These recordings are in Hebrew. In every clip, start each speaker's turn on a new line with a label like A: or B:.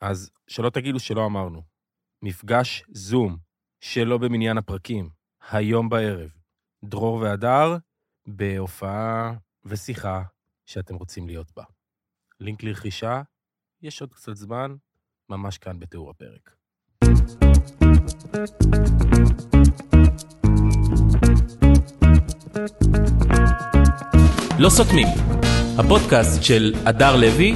A: אז שלא תגידו שלא אמרנו. מפגש זום, שלא במניין הפרקים, היום בערב. דרור והדר, בהופעה ושיחה שאתם רוצים להיות בה. לינק לרכישה, יש עוד קצת זמן, ממש כאן בתיאור הפרק.
B: לא סותמים, הפודקאסט של הדר לוי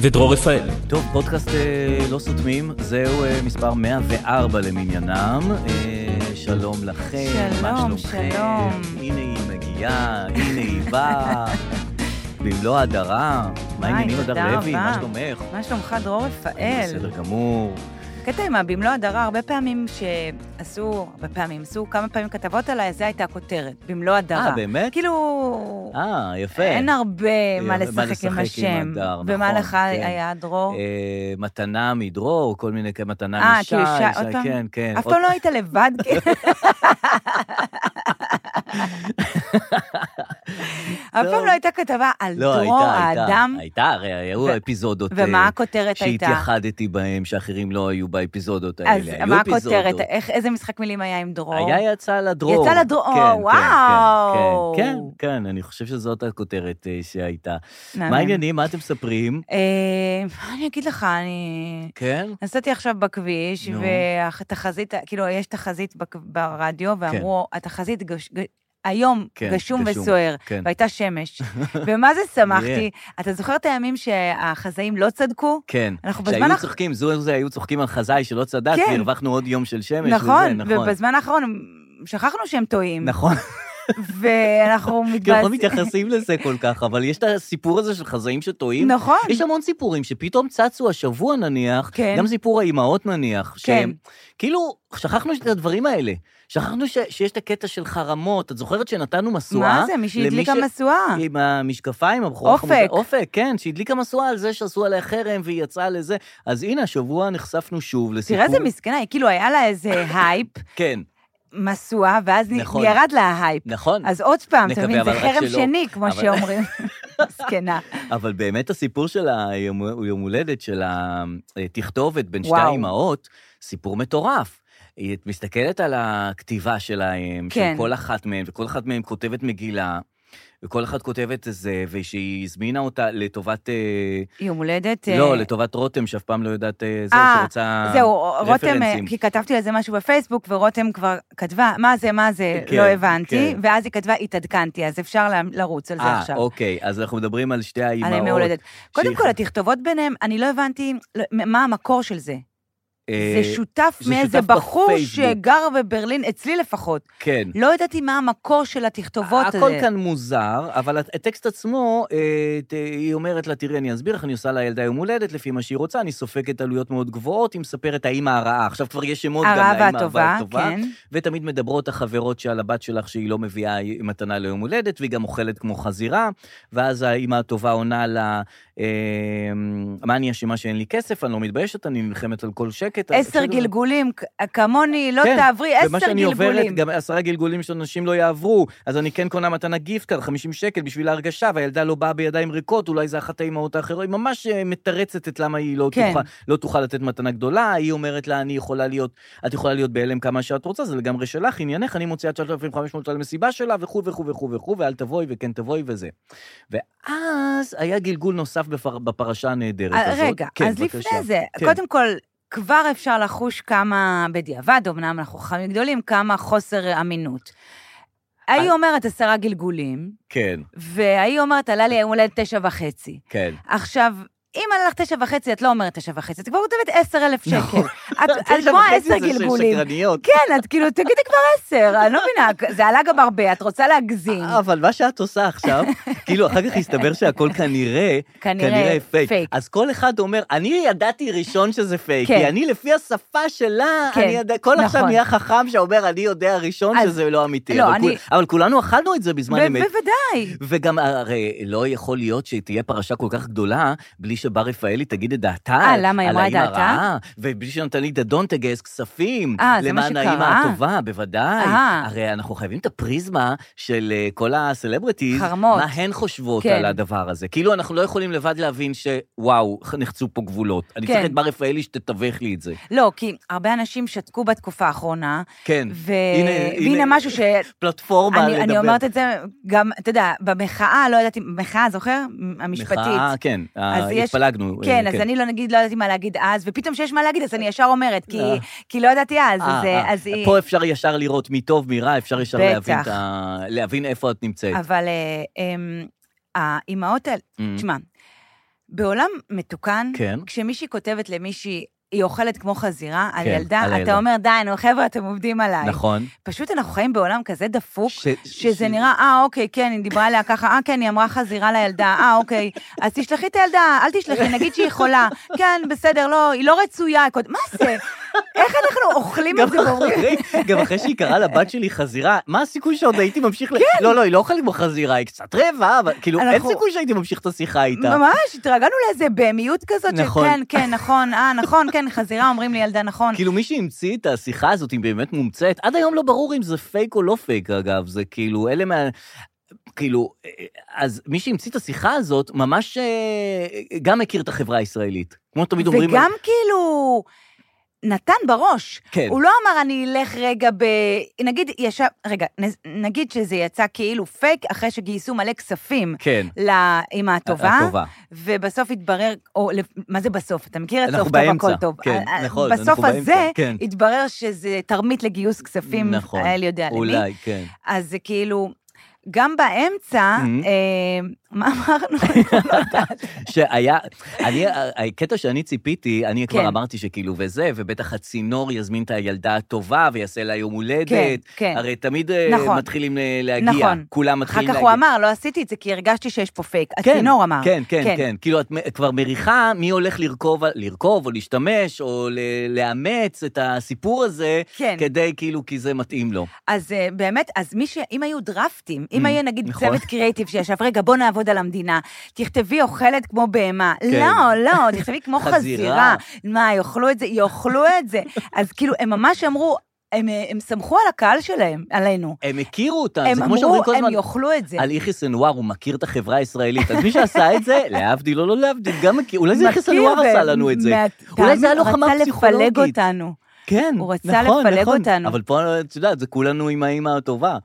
B: ודרור רפאל.
C: טוב, פודקאסט אה, לא סותמים, זהו אה, מספר 104 למניינם. אה, שלום לכם, מה
D: שלום,
C: שלומכם?
D: שלום.
C: הנה היא מגיעה, הנה היא באה. במלוא ההדרה, מה
D: וואי,
C: העניינים
D: תודה
C: הדר לוי? מה
D: רבה.
C: שלומך?
D: מה שלומך, דרור רפאל?
C: בסדר גמור.
D: קטע עם הבמלוא הדרה, הרבה פעמים שעשו, הרבה פעמים עשו כמה פעמים כתבות עליי, זו הייתה הכותרת, במלוא הדרה.
C: אה, באמת?
D: כאילו,
C: אה, יפה. אה,
D: אין הרבה
C: מה
D: מה לשחק
C: לשחק עם
D: עם השם.
C: הדר,
D: ומה
C: נכון,
D: לך
C: כן.
D: היה, דרור?
C: אה, מתנה מדרור, כל מיני כאלה, מתנה
D: אה,
C: משי.
D: כאילו שי,
C: שי,
D: עוד פעם?
C: כן, כן.
D: אף
C: עוד-
D: פעם לא היית לבד, כאילו. אף
C: טוב.
D: פעם לא הייתה כתבה על
C: לא, הייתה,
D: דרור
C: הייתה.
D: האדם,
C: הייתה, הרי היו
D: ו-
C: אפיזודות. אה,
D: ומה הכותרת הייתה?
C: שהתייחדתי בהם, שאחרים לא היו באפיזודות האלה.
D: אז
C: היו
D: מה
C: אפיזודות.
D: הכותרת? איך- איזה משחק מילים היה עם דרור?
C: היה יצא לדרור.
D: יצא לדרור,
C: כן, כן,
D: וואו.
C: כן, כן, כן, אני חושב שזאת הכותרת אה, שהייתה.
D: מהמם.
C: מה העניינים? מה אתם מספרים?
D: אה, מה אני אגיד לך, אני...
C: כן?
D: נסעתי עכשיו בכביש,
C: נו.
D: והתחזית, כאילו, יש תחזית בק- ברדיו, ואמרו, התחזית גש- ג- היום
C: כן,
D: גשום
C: גשום.
D: וסוער,
C: כן.
D: והייתה שמש. ומה זה
C: נראה.
D: שמחתי? אתה זוכר את הימים שהחזאים לא צדקו?
C: כן.
D: אנחנו בזמן
C: שהיו
D: האח-
C: צוחקים, זו זה, היו צוחקים על חזאי שלא צדק,
D: כן.
C: והרווחנו עוד יום של שמש. וזה,
D: נכון,
C: נכון.
D: ובזמן האחרון שכחנו שהם טועים,
C: נכון,
D: ואנחנו
C: כי אנחנו לא
D: מתבאסים.
C: מתייחסים לזה כל כך, אבל יש את הסיפור הזה של חזאים שטועים.
D: נכון.
C: יש המון סיפורים שפתאום צצו השבוע נניח,
D: כן.
C: גם סיפור האימהות נניח, שהם,
D: כן.
C: כאילו, שכחנו את הדברים האלה. שכחנו ש, שיש את הקטע של חרמות, את זוכרת שנתנו משואה?
D: מה זה, מי שהדליקה
C: למי ש-
D: משואה?
C: עם המשקפיים, הבחורה
D: אופק.
C: החמודה- אופק, כן, שהדליקה משואה על זה שעשו עליה חרם והיא יצאה לזה. אז הנה, השבוע נחשפנו שוב לסיפור.
D: תראה איזה מסכנה, היא כאילו היה לה איזה הייפ,
C: כן,
D: משואה, ואז נ-
C: נכון.
D: ירד לה ההייפ.
C: נכון.
D: אז עוד פעם, אתה
C: נקווה,
D: מבין, זה
C: אבל רק
D: חרם
C: שלא.
D: שני, כמו
C: אבל-
D: שאומרים. זקנה.
C: אבל באמת הסיפור של היום יום הולדת, של התכתובת בין שתי
D: וואו.
C: האימהות, סיפור מטורף. היא את מסתכלת על הכתיבה שלהם,
D: כן.
C: של כל אחת מהן, וכל אחת מהן כותבת מגילה, וכל אחת כותבת איזה, ושהיא הזמינה אותה לטובת... אה,
D: יום הולדת. אה,
C: לא, לטובת רותם, שאף פעם לא יודעת אה, זה,
D: אה,
C: שרוצה
D: זהו, רותם, אה,
C: רפרנסים.
D: כי כתבתי על זה משהו בפייסבוק, ורותם כבר כתבה, מה זה, מה זה,
C: כן,
D: לא הבנתי,
C: כן.
D: ואז היא כתבה, התעדכנתי, אז אפשר ל- לרוץ על זה
C: אה,
D: עכשיו.
C: אוקיי, אז אנחנו מדברים על שתי האימהות.
D: על ימי הולדת. קודם
C: שהיא-
D: כל, התכתובות ביניהם, אני לא הבנתי לא, מה המקור של זה.
C: אה,
D: זה שותף
C: זה
D: מאיזה
C: שותף
D: בחור
C: בפייסבוק.
D: שגר בברלין, אצלי לפחות.
C: כן.
D: לא ידעתי מה המקור של התכתובות הזה.
C: הכל כאן מוזר, אבל הט- הטקסט עצמו, אה, ת- היא אומרת לה, תראי, אני אסביר לך, אני עושה לילדה יום הולדת לפי מה שהיא רוצה, אני סופגת עלויות מאוד גבוהות, היא מספרת האימא הרעה. עכשיו כבר יש שמות גם
D: הרעה
C: לאימא
D: והטובה, כן.
C: ותמיד מדברות החברות שעל הבת שלך שהיא לא מביאה מתנה ליום הולדת, והיא גם אוכלת כמו חזירה, ואז האימא הטובה עונה לה, אה, מה אני אשמה שאין לי כסף, אני לא מתביישת, אני נלחמת על כל שקט. אז כאילו
D: עשר
C: בסדר,
D: גלגולים, כ- כמוני, לא
C: כן,
D: תעברי
C: ומה
D: עשר
C: שאני עוברת,
D: גלגולים.
C: גם עשרה גלגולים שאנשים לא יעברו, אז אני כן קונה מתנה גיפטקארד, 50 שקל בשביל ההרגשה, והילדה לא באה בידיים ריקות, אולי זה אחת האימהות האחרות, היא ממש אה, מתרצת את למה היא לא,
D: כן.
C: תוכל, לא תוכל לתת מתנה גדולה, היא אומרת לה, אני יכולה להיות, את יכולה להיות בהלם כמה שאת רוצה, זה לגמרי שלך, עניינך, אני מוציאה 9,500 על המסיבה שלה, וכו' וכו' וכו' וכו', ואל תבואי וכן תבואי וזה. ואז היה גלגול נוסף בפר, בפרשה הנהדרת
D: אה,
C: הזאת.
D: רגע,
C: כן,
D: אז
C: בבקשה.
D: לפני זה,
C: כן.
D: קודם כל, כבר אפשר לחוש כמה, בדיעבד, אמנם אנחנו חכמים גדולים, כמה חוסר אמינות.
C: אה.
D: ההיא אומרת עשרה גלגולים,
C: כן,
D: וההיא אומרת, עלה לי היום הולדת תשע וחצי.
C: כן.
D: עכשיו, אם עלה לך תשע וחצי, את לא אומרת תשע וחצי, את כבר כותבת עשר אלף שקל.
C: נכון.
D: את- את
C: תשע
D: כמו
C: וחצי
D: עשר
C: זה של
D: גלגולים.
C: שקרניות.
D: כן, את כאילו, תגידי כבר עשר, אני לא מבינה, זה עלה גם הרבה, את רוצה להגזים.
C: אבל מה שאת עושה עכשיו, כאילו, אחר כך הסתבר שהכל כנראה,
D: כנראה
C: פייק.
D: פייק.
C: אז כל אחד אומר, אני ידעתי ראשון שזה פייק,
D: כן.
C: כי אני, לפי השפה שלה,
D: כן,
C: אני יודע, כל עכשיו
D: נכון.
C: נהיה חכם שאומר, אני יודע ראשון
D: אז-
C: שזה לא אמיתי.
D: לא,
C: אבל
D: אני-
C: כול- אבל כולנו אכלנו את זה בזמן
D: ב-
C: אמת.
D: בוודאי.
C: וגם הרי לא יכול להיות שתהיה פרשה כל כך גדולה בלי ש... שבר רפאלי תגיד את דעתה
D: אה, למה, היא
C: על
D: אמרה את
C: האמא
D: דעתה?
C: הרעה, ובלי שנתנית דדון תגייס כספים
D: אה, זה מה
C: למען
D: שקרה?
C: האמא הטובה, בוודאי.
D: אה.
C: הרי אנחנו חייבים את הפריזמה של אה, כל הסלברטיז,
D: חרמות.
C: מה הן חושבות
D: כן.
C: על הדבר הזה. כאילו, אנחנו לא יכולים לבד להבין שוואו, נחצו פה גבולות. אני
D: כן.
C: צריך את בר רפאלי שתתווך לי את זה.
D: לא, כי הרבה אנשים שתקו בתקופה האחרונה,
C: כן,
D: ו-
C: הנה,
D: והנה
C: הנה.
D: משהו ש...
C: פלטפורמה
D: אני,
C: לדבר.
D: אני אומרת את זה גם, אתה יודע, במחאה, לא ידעתי, מחאה, זוכר? המשפטית.
C: מחאה, כן,
D: אז יש-
C: התפלגנו. אה,
D: כן, אז אני לא נגיד, לא ידעתי מה להגיד אז, ופתאום שיש מה להגיד, אז אני ישר אומרת, כי,
C: אה.
D: כי לא ידעתי אז,
C: אה,
D: אז,
C: אה.
D: אז היא...
C: פה אפשר ישר לראות מי טוב, מי רע, אפשר ישר
D: בטח.
C: להבין, את ה... להבין איפה את נמצאת.
D: אבל אה, אמ, האימהות האלה,
C: אמ,
D: תשמע, בעולם מתוקן,
C: כן.
D: כשמישהי כותבת למישהי, היא אוכלת כמו חזירה, על
C: כן,
D: ילדה,
C: על
D: אתה
C: הילדה.
D: אומר, די, נו, חבר'ה, אתם עובדים עליי.
C: נכון.
D: פשוט אנחנו חיים בעולם כזה דפוק,
C: ש-
D: אוקיי. שזה
C: ש-
D: נראה, אה, אוקיי, כן, היא דיברה עליה ככה, אה, כן, היא אמרה חזירה לילדה, אה, אוקיי. אז תשלחי את הילדה, אל תשלחי, נגיד שהיא חולה. כן, בסדר, לא, היא לא רצויה. היא קוד- מה זה? איך אנחנו אוכלים
C: גם
D: את זה ואומרים?
C: אחרי, גם אחרי שהיא קראה לבת שלי חזירה, מה הסיכוי שעוד הייתי ממשיך ל... כן. לא, לא, היא לא אוכלת כמו חזירה, היא קצת רבע, אבל כאילו, אין
D: אנחנו-
C: סיכוי שהייתי ממשיך את השיחה איתה.
D: ממש, התרגלנו לאיזה בהמיות כזאת,
C: נכון.
D: שכן, כן, נכון, אה, נכון, כן, חזירה, אומרים לי ילדה, נכון.
C: כאילו, מי שהמציא את השיחה הזאת, היא באמת מומצאת. עד היום לא ברור אם זה פייק או לא פייק, אגב. זה כאילו, אלה מה... כאילו, אה, אז מי שהמציא את השיחה הזאת, ממש אה, גם הכיר את החברה הישראלית. כמו תמיד אומרים...
D: וגם כאילו... נתן בראש.
C: כן.
D: הוא לא אמר, אני אלך רגע ב... נגיד, ישב... רגע, נ- נגיד שזה יצא כאילו פייק אחרי שגייסו מלא כספים.
C: כן. אה,
D: לאמא הטובה,
C: הטובה.
D: ובסוף התברר, או לפ- מה זה בסוף? אתה מכיר את
C: אנחנו
D: סוף טוב,
C: באמצע,
D: הכל טוב.
C: כן,
D: ה- ה-
C: נכון,
D: בסוף
C: אנחנו
D: הזה
C: באמצע, כן.
D: התברר שזה תרמית לגיוס כספים,
C: נכון.
D: האל יודע למי.
C: אולי, כן.
D: אז זה כאילו, גם באמצע,
C: Mhm.
D: אה, מה אמרנו?
C: שהיה, אני, הקטע שאני ציפיתי, אני
D: כן.
C: כבר אמרתי שכאילו וזה, ובטח הצינור יזמין את הילדה הטובה ויעשה לה יום הולדת.
D: כן, כן.
C: הרי תמיד אה,
D: נכון.
C: מתחילים אה, להגיע.
D: נכון.
C: כולם
D: אחר
C: מתחילים
D: כך
C: להגיע.
D: הוא אמר, לא עשיתי את זה כי הרגשתי שיש פה פייק.
C: כן,
D: הצינור אמר.
C: כן, כן, כן, כן. כאילו, את מ- כבר מריחה מי הולך לרכוב, על- לרכוב או להשתמש, או ל- לאמץ את הסיפור הזה,
D: כן.
C: כדי כאילו, כי זה מתאים לו.
D: אז אה, באמת, אז מי ש... אם היו דרפטים, אם
C: Mm,
D: היה נגיד
C: נכון.
D: צוות קריאיטיב שישב, רגע, בוא נעבוד על המדינה, תכתבי אוכלת כמו בהמה. לא, לא, תכתבי כמו חזירה.
C: כן. חזירה.
D: מה, יאכלו את זה? יאכלו את זה. אז כאילו, הם ממש אמרו, הם, אה, הם סמכו על הקהל שלהם, עלינו.
C: הם הכירו אותה,
D: הם
C: אה, זה כמו שאומרים כל
D: אמרו,
C: הזמן.
D: הם יאכלו את זה.
C: על יחיא סנוואר, הוא מכיר את החברה הישראלית. אז מי שעשה את זה, להבדיל או לא להבדיל, גם מכיר, אולי זה יחיא סנוואר עשה לנו את זה. אולי זה היה לוחמה
D: הוא רצה
C: פסיכולוגית.
D: לפלג אותנו.
C: כן, נכון.
D: הוא רצה לפלג אותנו.
C: אבל פה, את יודעת, זה כולנו עם האימא הטובה.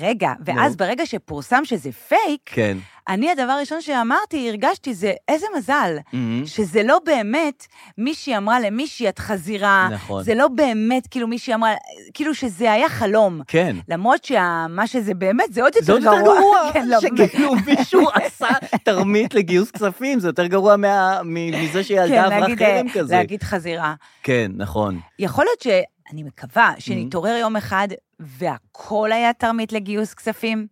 D: רגע, ואז ברגע שפורסם שזה פייק,
C: כן.
D: אני הדבר הראשון שאמרתי, הרגשתי, זה איזה מזל.
C: מהמם.
D: שזה לא באמת מישהי אמרה למישהי את חזירה,
C: נכון.
D: זה לא באמת כאילו מישהי אמרה, כאילו שזה היה חלום.
C: כן.
D: למרות שמה שזה באמת, זה עוד יותר
C: זה עוד
D: גרוע.
C: יותר גרוע,
D: כן, לא, באמת.
C: שכאילו מישהו עשה תרמית לגיוס כספים, זה יותר גרוע מה- מ- מזה שילדה
D: כן,
C: עברה
D: להגיד,
C: חרם
D: אה,
C: כזה.
D: להגיד חזירה.
C: כן, נכון.
D: יכול להיות ש... אני מקווה שנתעורר יום אחד והכל היה תרמית לגיוס כספים.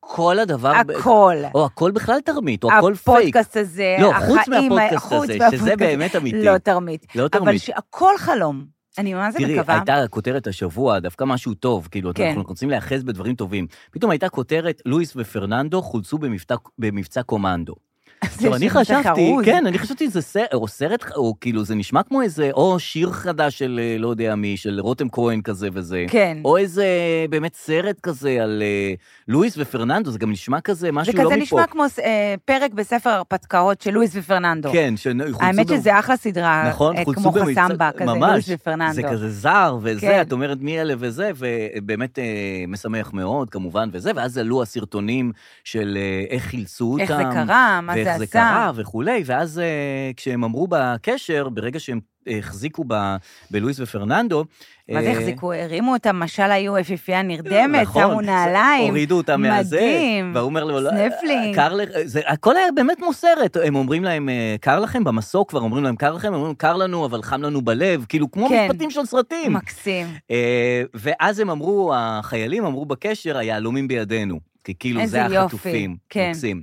C: כל הדבר...
D: הכל.
C: או הכל בכלל תרמית, או אה, הכל פייק.
D: הפודקאסט הזה,
C: לא,
D: החיים...
C: חוץ
D: ה-
C: מהפודקאסט
D: חוץ
C: הזה, שזה
D: מהפודקאסט.
C: באמת אמיתי.
D: לא תרמית.
C: לא
D: אבל
C: תרמית.
D: שהכל חלום. אני ממש
C: תראי,
D: מקווה.
C: הייתה כותרת השבוע, דווקא משהו טוב, כאילו,
D: כן.
C: אנחנו רוצים להיאחז בדברים טובים. פתאום הייתה כותרת, לואיס ופרננדו חולצו במבטא- במבצע קומנדו. עכשיו, אני
D: שזה
C: חשבתי,
D: חרוז.
C: כן, אני חשבתי שזה סרט, או סרט, או כאילו, זה נשמע כמו איזה, או שיר חדש של אה, לא יודע מי, של רותם כהן כזה וזה.
D: כן.
C: או איזה באמת סרט כזה על אה, לואיס ופרננדו, זה גם נשמע כזה,
D: זה
C: משהו לא מפה.
D: כזה נשמע כמו אה, פרק בספר הרפתקאות של לואיס ופרננדו.
C: כן, שחולצו...
D: האמת שזה אחלה סדרה,
C: נכון,
D: אה,
C: חולצו
D: כמו
C: במבצע-
D: חסמבה, כזה,
C: ממש.
D: לואיס ופרננדו.
C: זה כזה זר, וזה,
D: כן.
C: את אומרת מי אלה וזה, ובאמת אה, משמח מאוד, כמובן, וזה, ואז עלו הסרטונים של אה, איך חילצו אותם.
D: איך זה קרה, מה זה
C: ואיך זה
D: עשה.
C: קרה וכולי, ואז אה, כשהם אמרו בקשר, ברגע שהם אה, החזיקו ב, בלואיס ופרננדו,
D: מה זה
C: אה,
D: החזיקו, הרימו אותם, משל היו יפיפייה נרדמת,
C: נכון,
D: שמו נעליים.
C: הורידו אותה מהזה,
D: מדהים.
C: והוא אומר לו, לא,
D: סנפלינג.
C: קר לך, זה, הכל היה באמת כמו סרט, הם אומרים להם, אה, קר לכם, במסוק כבר אומרים להם, קר לכם, הם אומרים, קר לנו, אבל חם לנו בלב, כאילו, כמו
D: כן.
C: משפטים של סרטים.
D: מקסים.
C: אה, ואז הם אמרו, החיילים אמרו בקשר, היהלומים בידינו. כי כאילו
D: איזה
C: זה
D: יופי,
C: החטופים.
D: כן.
C: מקסים.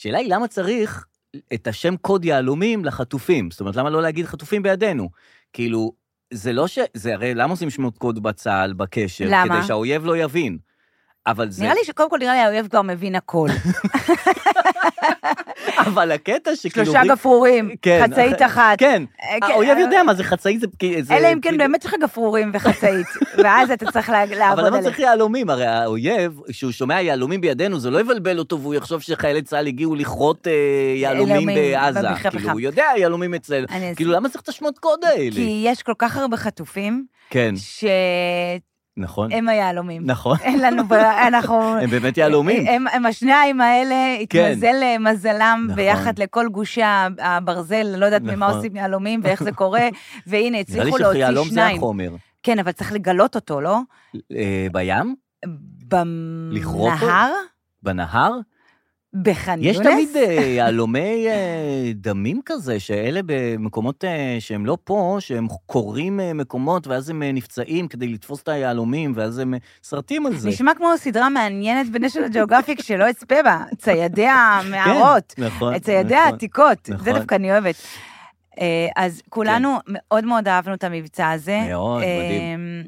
C: השאלה היא, למה צריך את השם קוד יהלומים לחטופים? זאת אומרת, למה לא להגיד חטופים בידינו? כאילו, זה לא ש... זה הרי, למה עושים שמות קוד בצה"ל, בקשר?
D: למה?
C: כדי שהאויב לא יבין. אבל זה...
D: נראה לי שקודם כל, נראה לי האויב כבר מבין הכל.
C: אבל הקטע שכאילו...
D: שלושה
C: אומרים-
D: גפרורים,
C: כאילו כן.
D: חצאית אחת.
C: כן,
D: אה, כן,
C: האויב
D: אה,
C: יודע מה זה חצאי, זה... זה-
D: אלא אם כן
C: כאילו-
D: באמת יש לך גפרורים וחצאית, ואז אתה צריך לה-
C: אבל
D: לעבוד
C: למה
D: עליהם.
C: צריך יהלומים? הרי האויב, כשהוא שומע יהלומים בידינו, זה לא יבלבל אותו והוא יחשוב שחיילי צה"ל הגיעו לכרות אה, יהלומים
D: יהלומים
C: בעזה.
D: במלחמת
C: כאילו,
D: חם.
C: הוא יודע, יהלומים אצלנו.
D: אני אסביר.
C: כאילו, למה צריך את השמות קוד האלה?
D: כי יש כל כך הרבה חטופים,
C: כן,
D: שהם
C: נכון,
D: היהלומים.
C: נכון.
D: אין לנו ברירה, אנחנו...
C: הם באמת יהלומים.
D: הם, הם השניים האלה, התמזל מזלם
C: נכון.
D: ביחד לכל גושי הברזל, לא יודעת ממה
C: נכון.
D: עושים יהלומים ואיך זה קורה, והנה,
C: נראה לי
D: הצליחו
C: שיהלום
D: להוציא
C: זה
D: שניים.
C: החומר.
D: כן, אבל צריך לגלות אותו, לא?
C: אה, בים? לכרות אותו?
D: בנהר?
C: בנהר?
D: בח'אן
C: יש
D: יונס?
C: תמיד אה, יהלומי אה, דמים כזה, שאלה במקומות אה, שהם לא פה, שהם קורעים אה, מקומות, ואז הם אה, נפצעים כדי לתפוס את היהלומים, ואז הם אה, סרטים על זה.
D: נשמע כמו סדרה מעניינת בנשל הג'אוגרפיק שלא אצפה בה, ציידי המערות,
C: כן, נכון.
D: ציידי
C: נכון.
D: העתיקות,
C: נכון. כן.
D: זה דווקא אני אוהבת. אה, אז כולנו מאוד מאוד אהבנו את המבצע הזה.
C: מאוד,
D: אה, מדהים.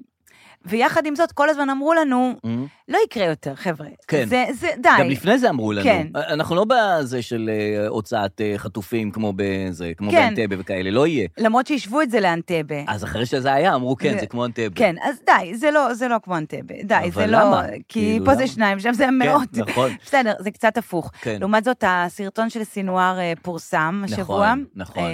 D: ויחד עם זאת, כל הזמן אמרו לנו,
C: אמ,
D: לא יקרה יותר, חבר'ה.
C: כן.
D: זה, זה, די.
C: גם לפני זה אמרו לנו.
D: אה, כן.
C: אנחנו לא בזה של אה, הוצאת אה, חטופים כמו בזה, כמו
D: כן.
C: באנטבה וכאלה, לא יהיה.
D: למרות שהשוו את זה לאנטבה.
C: אז אחרי שזה היה, אמרו כן,
D: זה-
C: זה כמו אנטבה.
D: כן, אז די, זה לא, זה לא כמו אנטבה. די, זה
C: אבל
D: לא...
C: למה?
D: כי
C: כאילו,
D: פה
C: למה?
D: זה שניים, שם זה
C: כן,
D: מאות.
C: נכון,
D: בסדר, זה קצת הפוך.
C: כן.
D: לעומת זאת, הסרטון של סינואר אה, פורסם השבוע.
C: נכון, נכון.
D: אה,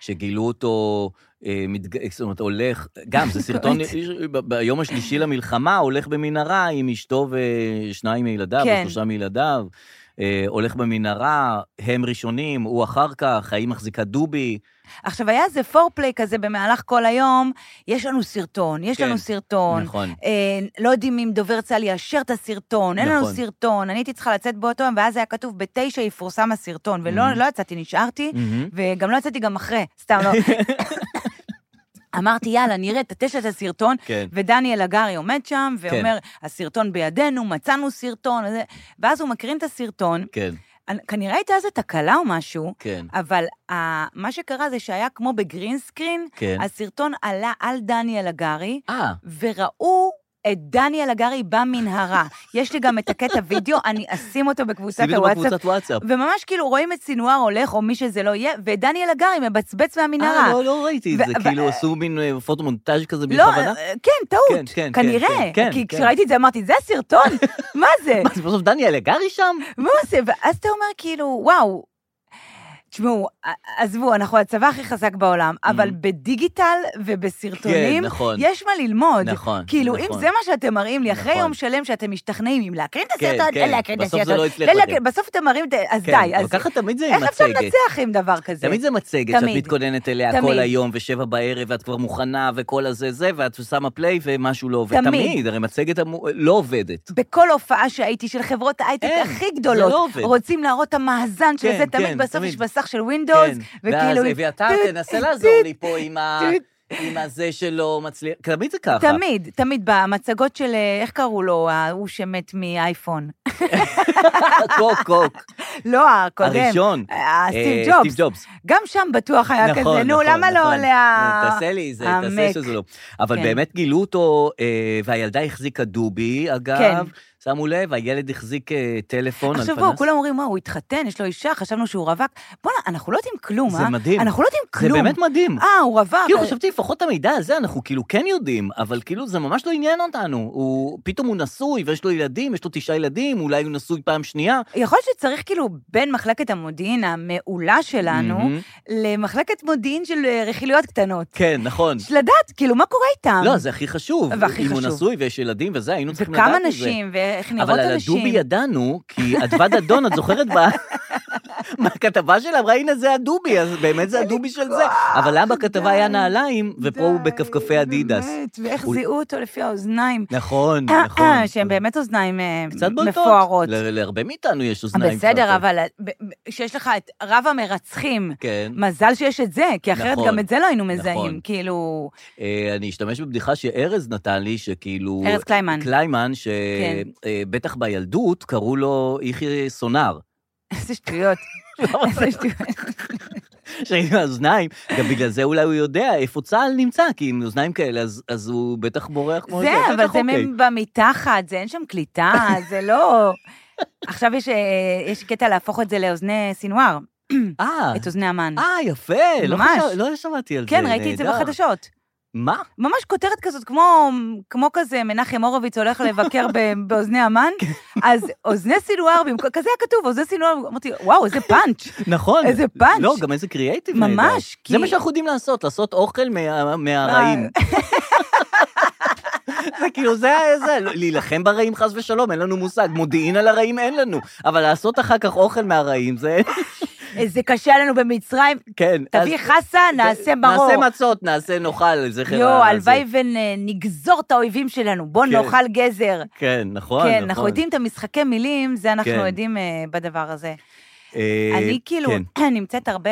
C: שגילו אותו, אה, מתג... זאת אומרת, הולך, גם, זה סרטון,
D: באמת?
C: ב- ביום השלישי למלחמה, הולך במנהרה עם אשתו ושניים מילדיו,
D: כן.
C: או שלושה מילדיו, אה, הולך במנהרה, הם ראשונים, הוא אחר כך, האם מחזיקה דובי,
D: עכשיו, היה איזה פורפליי כזה במהלך כל היום, יש לנו סרטון, יש
C: כן,
D: לנו סרטון.
C: נכון.
D: אה, לא יודעים אם דובר צה"ל יאשר את הסרטון, אין לנו
C: נכון.
D: סרטון, אני הייתי צריכה לצאת באותו יום, ואז היה כתוב, בתשע יפורסם הסרטון, ולא
C: Mhm.
D: לא יצאתי, נשארתי,
C: מהמם.
D: וגם לא יצאתי גם אחרי, סתם לא. אמרתי, יאללה, נראה את התשע את הסרטון,
C: כן.
D: ודניאל הגרי עומד שם, ואומר, הסרטון בידינו, מצאנו סרטון, וזה- ואז הוא מקרין את הסרטון,
C: כן,
D: אני- כנראה הייתה איזו תקלה או משהו,
C: כן,
D: אבל ה- מה שקרה זה שהיה כמו בגרינסקרין,
C: כן.
D: הסרטון עלה על דניאל הגרי,
C: אה,
D: וראו את דניאל הגרי במנהרה. יש לי גם את הקטע וידאו, אני אשים אותו בקבוצת
C: שימי אותו
D: הוואטסאפ.
C: בקבוצת וואטסאפ.
D: וממש כאילו רואים את סינואר הולך, או מי שזה לא יהיה, ודניאל הגרי מבצבץ מהמנהרה.
C: אה, לא, לא ראיתי את
D: ו-
C: זה,
D: ו-
C: כאילו עשו מין אה, פוטומונטאז' כזה
D: לא,
C: בכוונה.
D: אה, כן, טעות,
C: כן, כן, כן,
D: כנראה.
C: כן, כן,
D: כי
C: כן.
D: כשראיתי את זה אמרתי, זה הסרטון? מה זה?
C: מה, זה בסוף דניאל הגרי שם?
D: מה זה? ואז אתה אומר כאילו, וואו. תשמעו, ע- עזבו, אנחנו הצבא הכי חזק בעולם, אבל בדיגיטל ובסרטונים,
C: Mm-hmm. כן, נכון.
D: יש מה ללמוד.
C: נכון,
D: כאילו, אם
C: נכון.
D: זה מה שאתם מראים לי, אחרי
C: נכון.
D: יום שלם שאתם משתכנעים אם להקרין את
C: כן,
D: הסרטון,
C: כן.
D: לא להקרין את
C: בסוף זה
D: הסרטון.
C: לא הצליח
D: להקרין-
C: לכם.
D: בסוף אתם מראים, את ה- אז
C: כן,
D: די,
C: אבל
D: אז
C: ככה תמיד זה עם
D: איך
C: מצגת.
D: אפשר לנצח עם דבר כזה?
C: תמיד זה מצגת שאת
D: תמיד.
C: מתכוננת אליה
D: תמיד.
C: כל היום, ושבע בערב, ואת כבר מוכנה, וכל הזה זה, ואת שמה פליי ומשהו לא עובד.
D: תמיד.
C: תמיד, הרי מצגת אמור- לא עובדת.
D: בכל הופעה שהייתי של חברות ההייטק
C: אין,
D: הכי
C: זה
D: גדולות,
C: לא עובד.
D: רוצים להראות את המאזן של
C: כן,
D: זה, תמיד
C: כן,
D: בסוף
C: תמיד. כן,
D: יש מסך של ווינדוס,
C: ואז
D: וכאילו...
C: אביתר,
D: טוט,
C: תנסה לעזור
D: טוט,
C: לי פה עם ה-
D: טוט.
C: עם הזה שלא מצליח. תמיד זה ככה.
D: תמיד, תמיד במצגות של, אה, איך קראו לו, ההוא שמת מאייפון?
C: קוק, קוק.
D: לא הקודם.
C: הראשון.
D: אה,
C: אה,
D: סטיב
C: סטיב
D: ג'ובס.
C: ג'ובס.
D: גם שם בטוח היה
C: נכון,
D: כזה, נו,
C: נכון,
D: למה לא
C: נכון.
D: עולה ה...
C: תעשה לי זה,
D: המק?
C: תעשה שזה לא. אבל
D: כן.
C: באמת גילו אותו, אה, והילדה החזיקה דובי, אגב. שמו לב, הילד החזיק אה, טלפון על
D: כן. עכשיו
C: פנס.
D: בואו, כולם אומרים, וואו, הוא התחתן, יש לו אישה, חשבנו שהוא רווק. בוא'נה, אנחנו לא יודעים כלום, אה?
C: זה מדהים.
D: אנחנו לא יודעים
C: זה
D: כלום.
C: באמת מדהים.
D: אה, הוא רווק.
C: כאילו, חשבתי לפחות את המידע הזה אנחנו כאילו כן יודעים, אבל כאילו זה ממש לא עניין אותנו. הוא, פתאום הוא נשוי ויש לו ילדים, יש לו תשעה ילדים, אולי הוא נשוי פעם שנייה.
D: יכול להיות שצריך כאילו בין מחלקת המודיעין המעולה שלנו
C: מהמם.
D: למחלקת מודיעין של אה, רכילויות קטנות.
C: כן, נכון.
D: של לדעת, כאילו, מה קורה איתם?
C: לא, זה הכי חשוב.
D: והכי
C: אם הוא
D: חשוב.
C: נשוי ויש ילדים וזה, היינו צריכים לדעת את
D: וכמה
C: זה.
D: נשים, ואיך נראות
C: אבל על
D: הנשים.
C: הדובי ידענו, כי אדווה דדון, את זוכרת ב... מהכתבה שלה אמרה, הנה זה הדובי, אז באמת זה הדובי של זה. אבל למה בכתבה היה
D: די,
C: נעליים, ופה הוא
D: די,
C: בכפכפי אדידס.
D: באמת, ואיך
C: הוא-
D: זיהו אותו לפי האוזניים.
C: נכון,
D: אה,
C: נכון.
D: אה, שהן באמת אוזניים אה,
C: קצת בולטות.
D: מפוארות.
C: ל- להרבה מאיתנו יש אוזניים.
D: בסדר,
C: קצת.
D: אבל אה, ב- ב- שיש לך את רב המרצחים,
C: כן.
D: מזל שיש את זה, כי אחרת
C: נכון,
D: גם את זה לא היינו מזהים.
C: נכון.
D: כאילו,
C: אה, אני אשתמש בבדיחה שארז נתן לי, שכאילו...
D: ארז קליימן.
C: קליימן,
D: כן.
C: שבטח בילדות קראו לו יחי לא סונר.
D: איזה שטויות. איזה שטויות.
C: שהייתי עם האוזניים, גם בגלל זה אולי הוא יודע איפה צה"ל נמצא, כי עם אוזניים כאלה, אז, אז הוא בטח בורח כמו
D: זה,
C: בטח
D: אבל זה
C: אוקיי.
D: מ- במתחת, זה אין שם קליטה, זה לא... עכשיו יש, אה, יש קטע להפוך את זה לאוזני סינואר,
C: אה,
D: את אוזני המן.
C: אה, יפה, לא,
D: ממש.
C: חשב, לא שמעתי על זה,
D: כן, ראיתי את זה
C: נהדר.
D: בחדשות.
C: מה?
D: ממש כותרת כזאת, כמו, כמו כזה מנחם הורוביץ הולך לבקר ב- באוזני המן, אז אוזני סינואר, במקום- כזה היה כתוב, אוזני סינואר, אמרתי, וואו, איזה פאנץ'.
C: נכון.
D: איזה פאנץ'.
C: לא, גם איזה קריאייטיב
D: ממש,
C: נהדר.
D: כי-
C: זה
D: אה.
C: מה שאנחנו יודעים לעשות, לעשות אוכל מה- מהרעים. זה כאילו, זה היה זה, לא- להילחם ברעים חס ושלום, אין לנו מושג. מודיעין על הרעים אין לנו, אבל לעשות אחר כך אוכל מהרעים, זה...
D: אה, זה קשה לנו במצרים,
C: כן. אז-
D: תביא חסה, נעשה ברור.
C: נעשה מצות, נעשה, נאכל, זכר
D: יואו,
C: ה-
D: הלוואי
C: זה.
D: ונגזור את האויבים שלנו, בוא
C: כן.
D: נאכל גזר.
C: כן, נכון,
D: כן,
C: נכון.
D: אנחנו יודעים את המשחקי מילים, זה אנחנו
C: כן.
D: יודעים אה, בדבר הזה.
C: אה,
D: אני כאילו
C: כן.
D: נמצאת הרבה,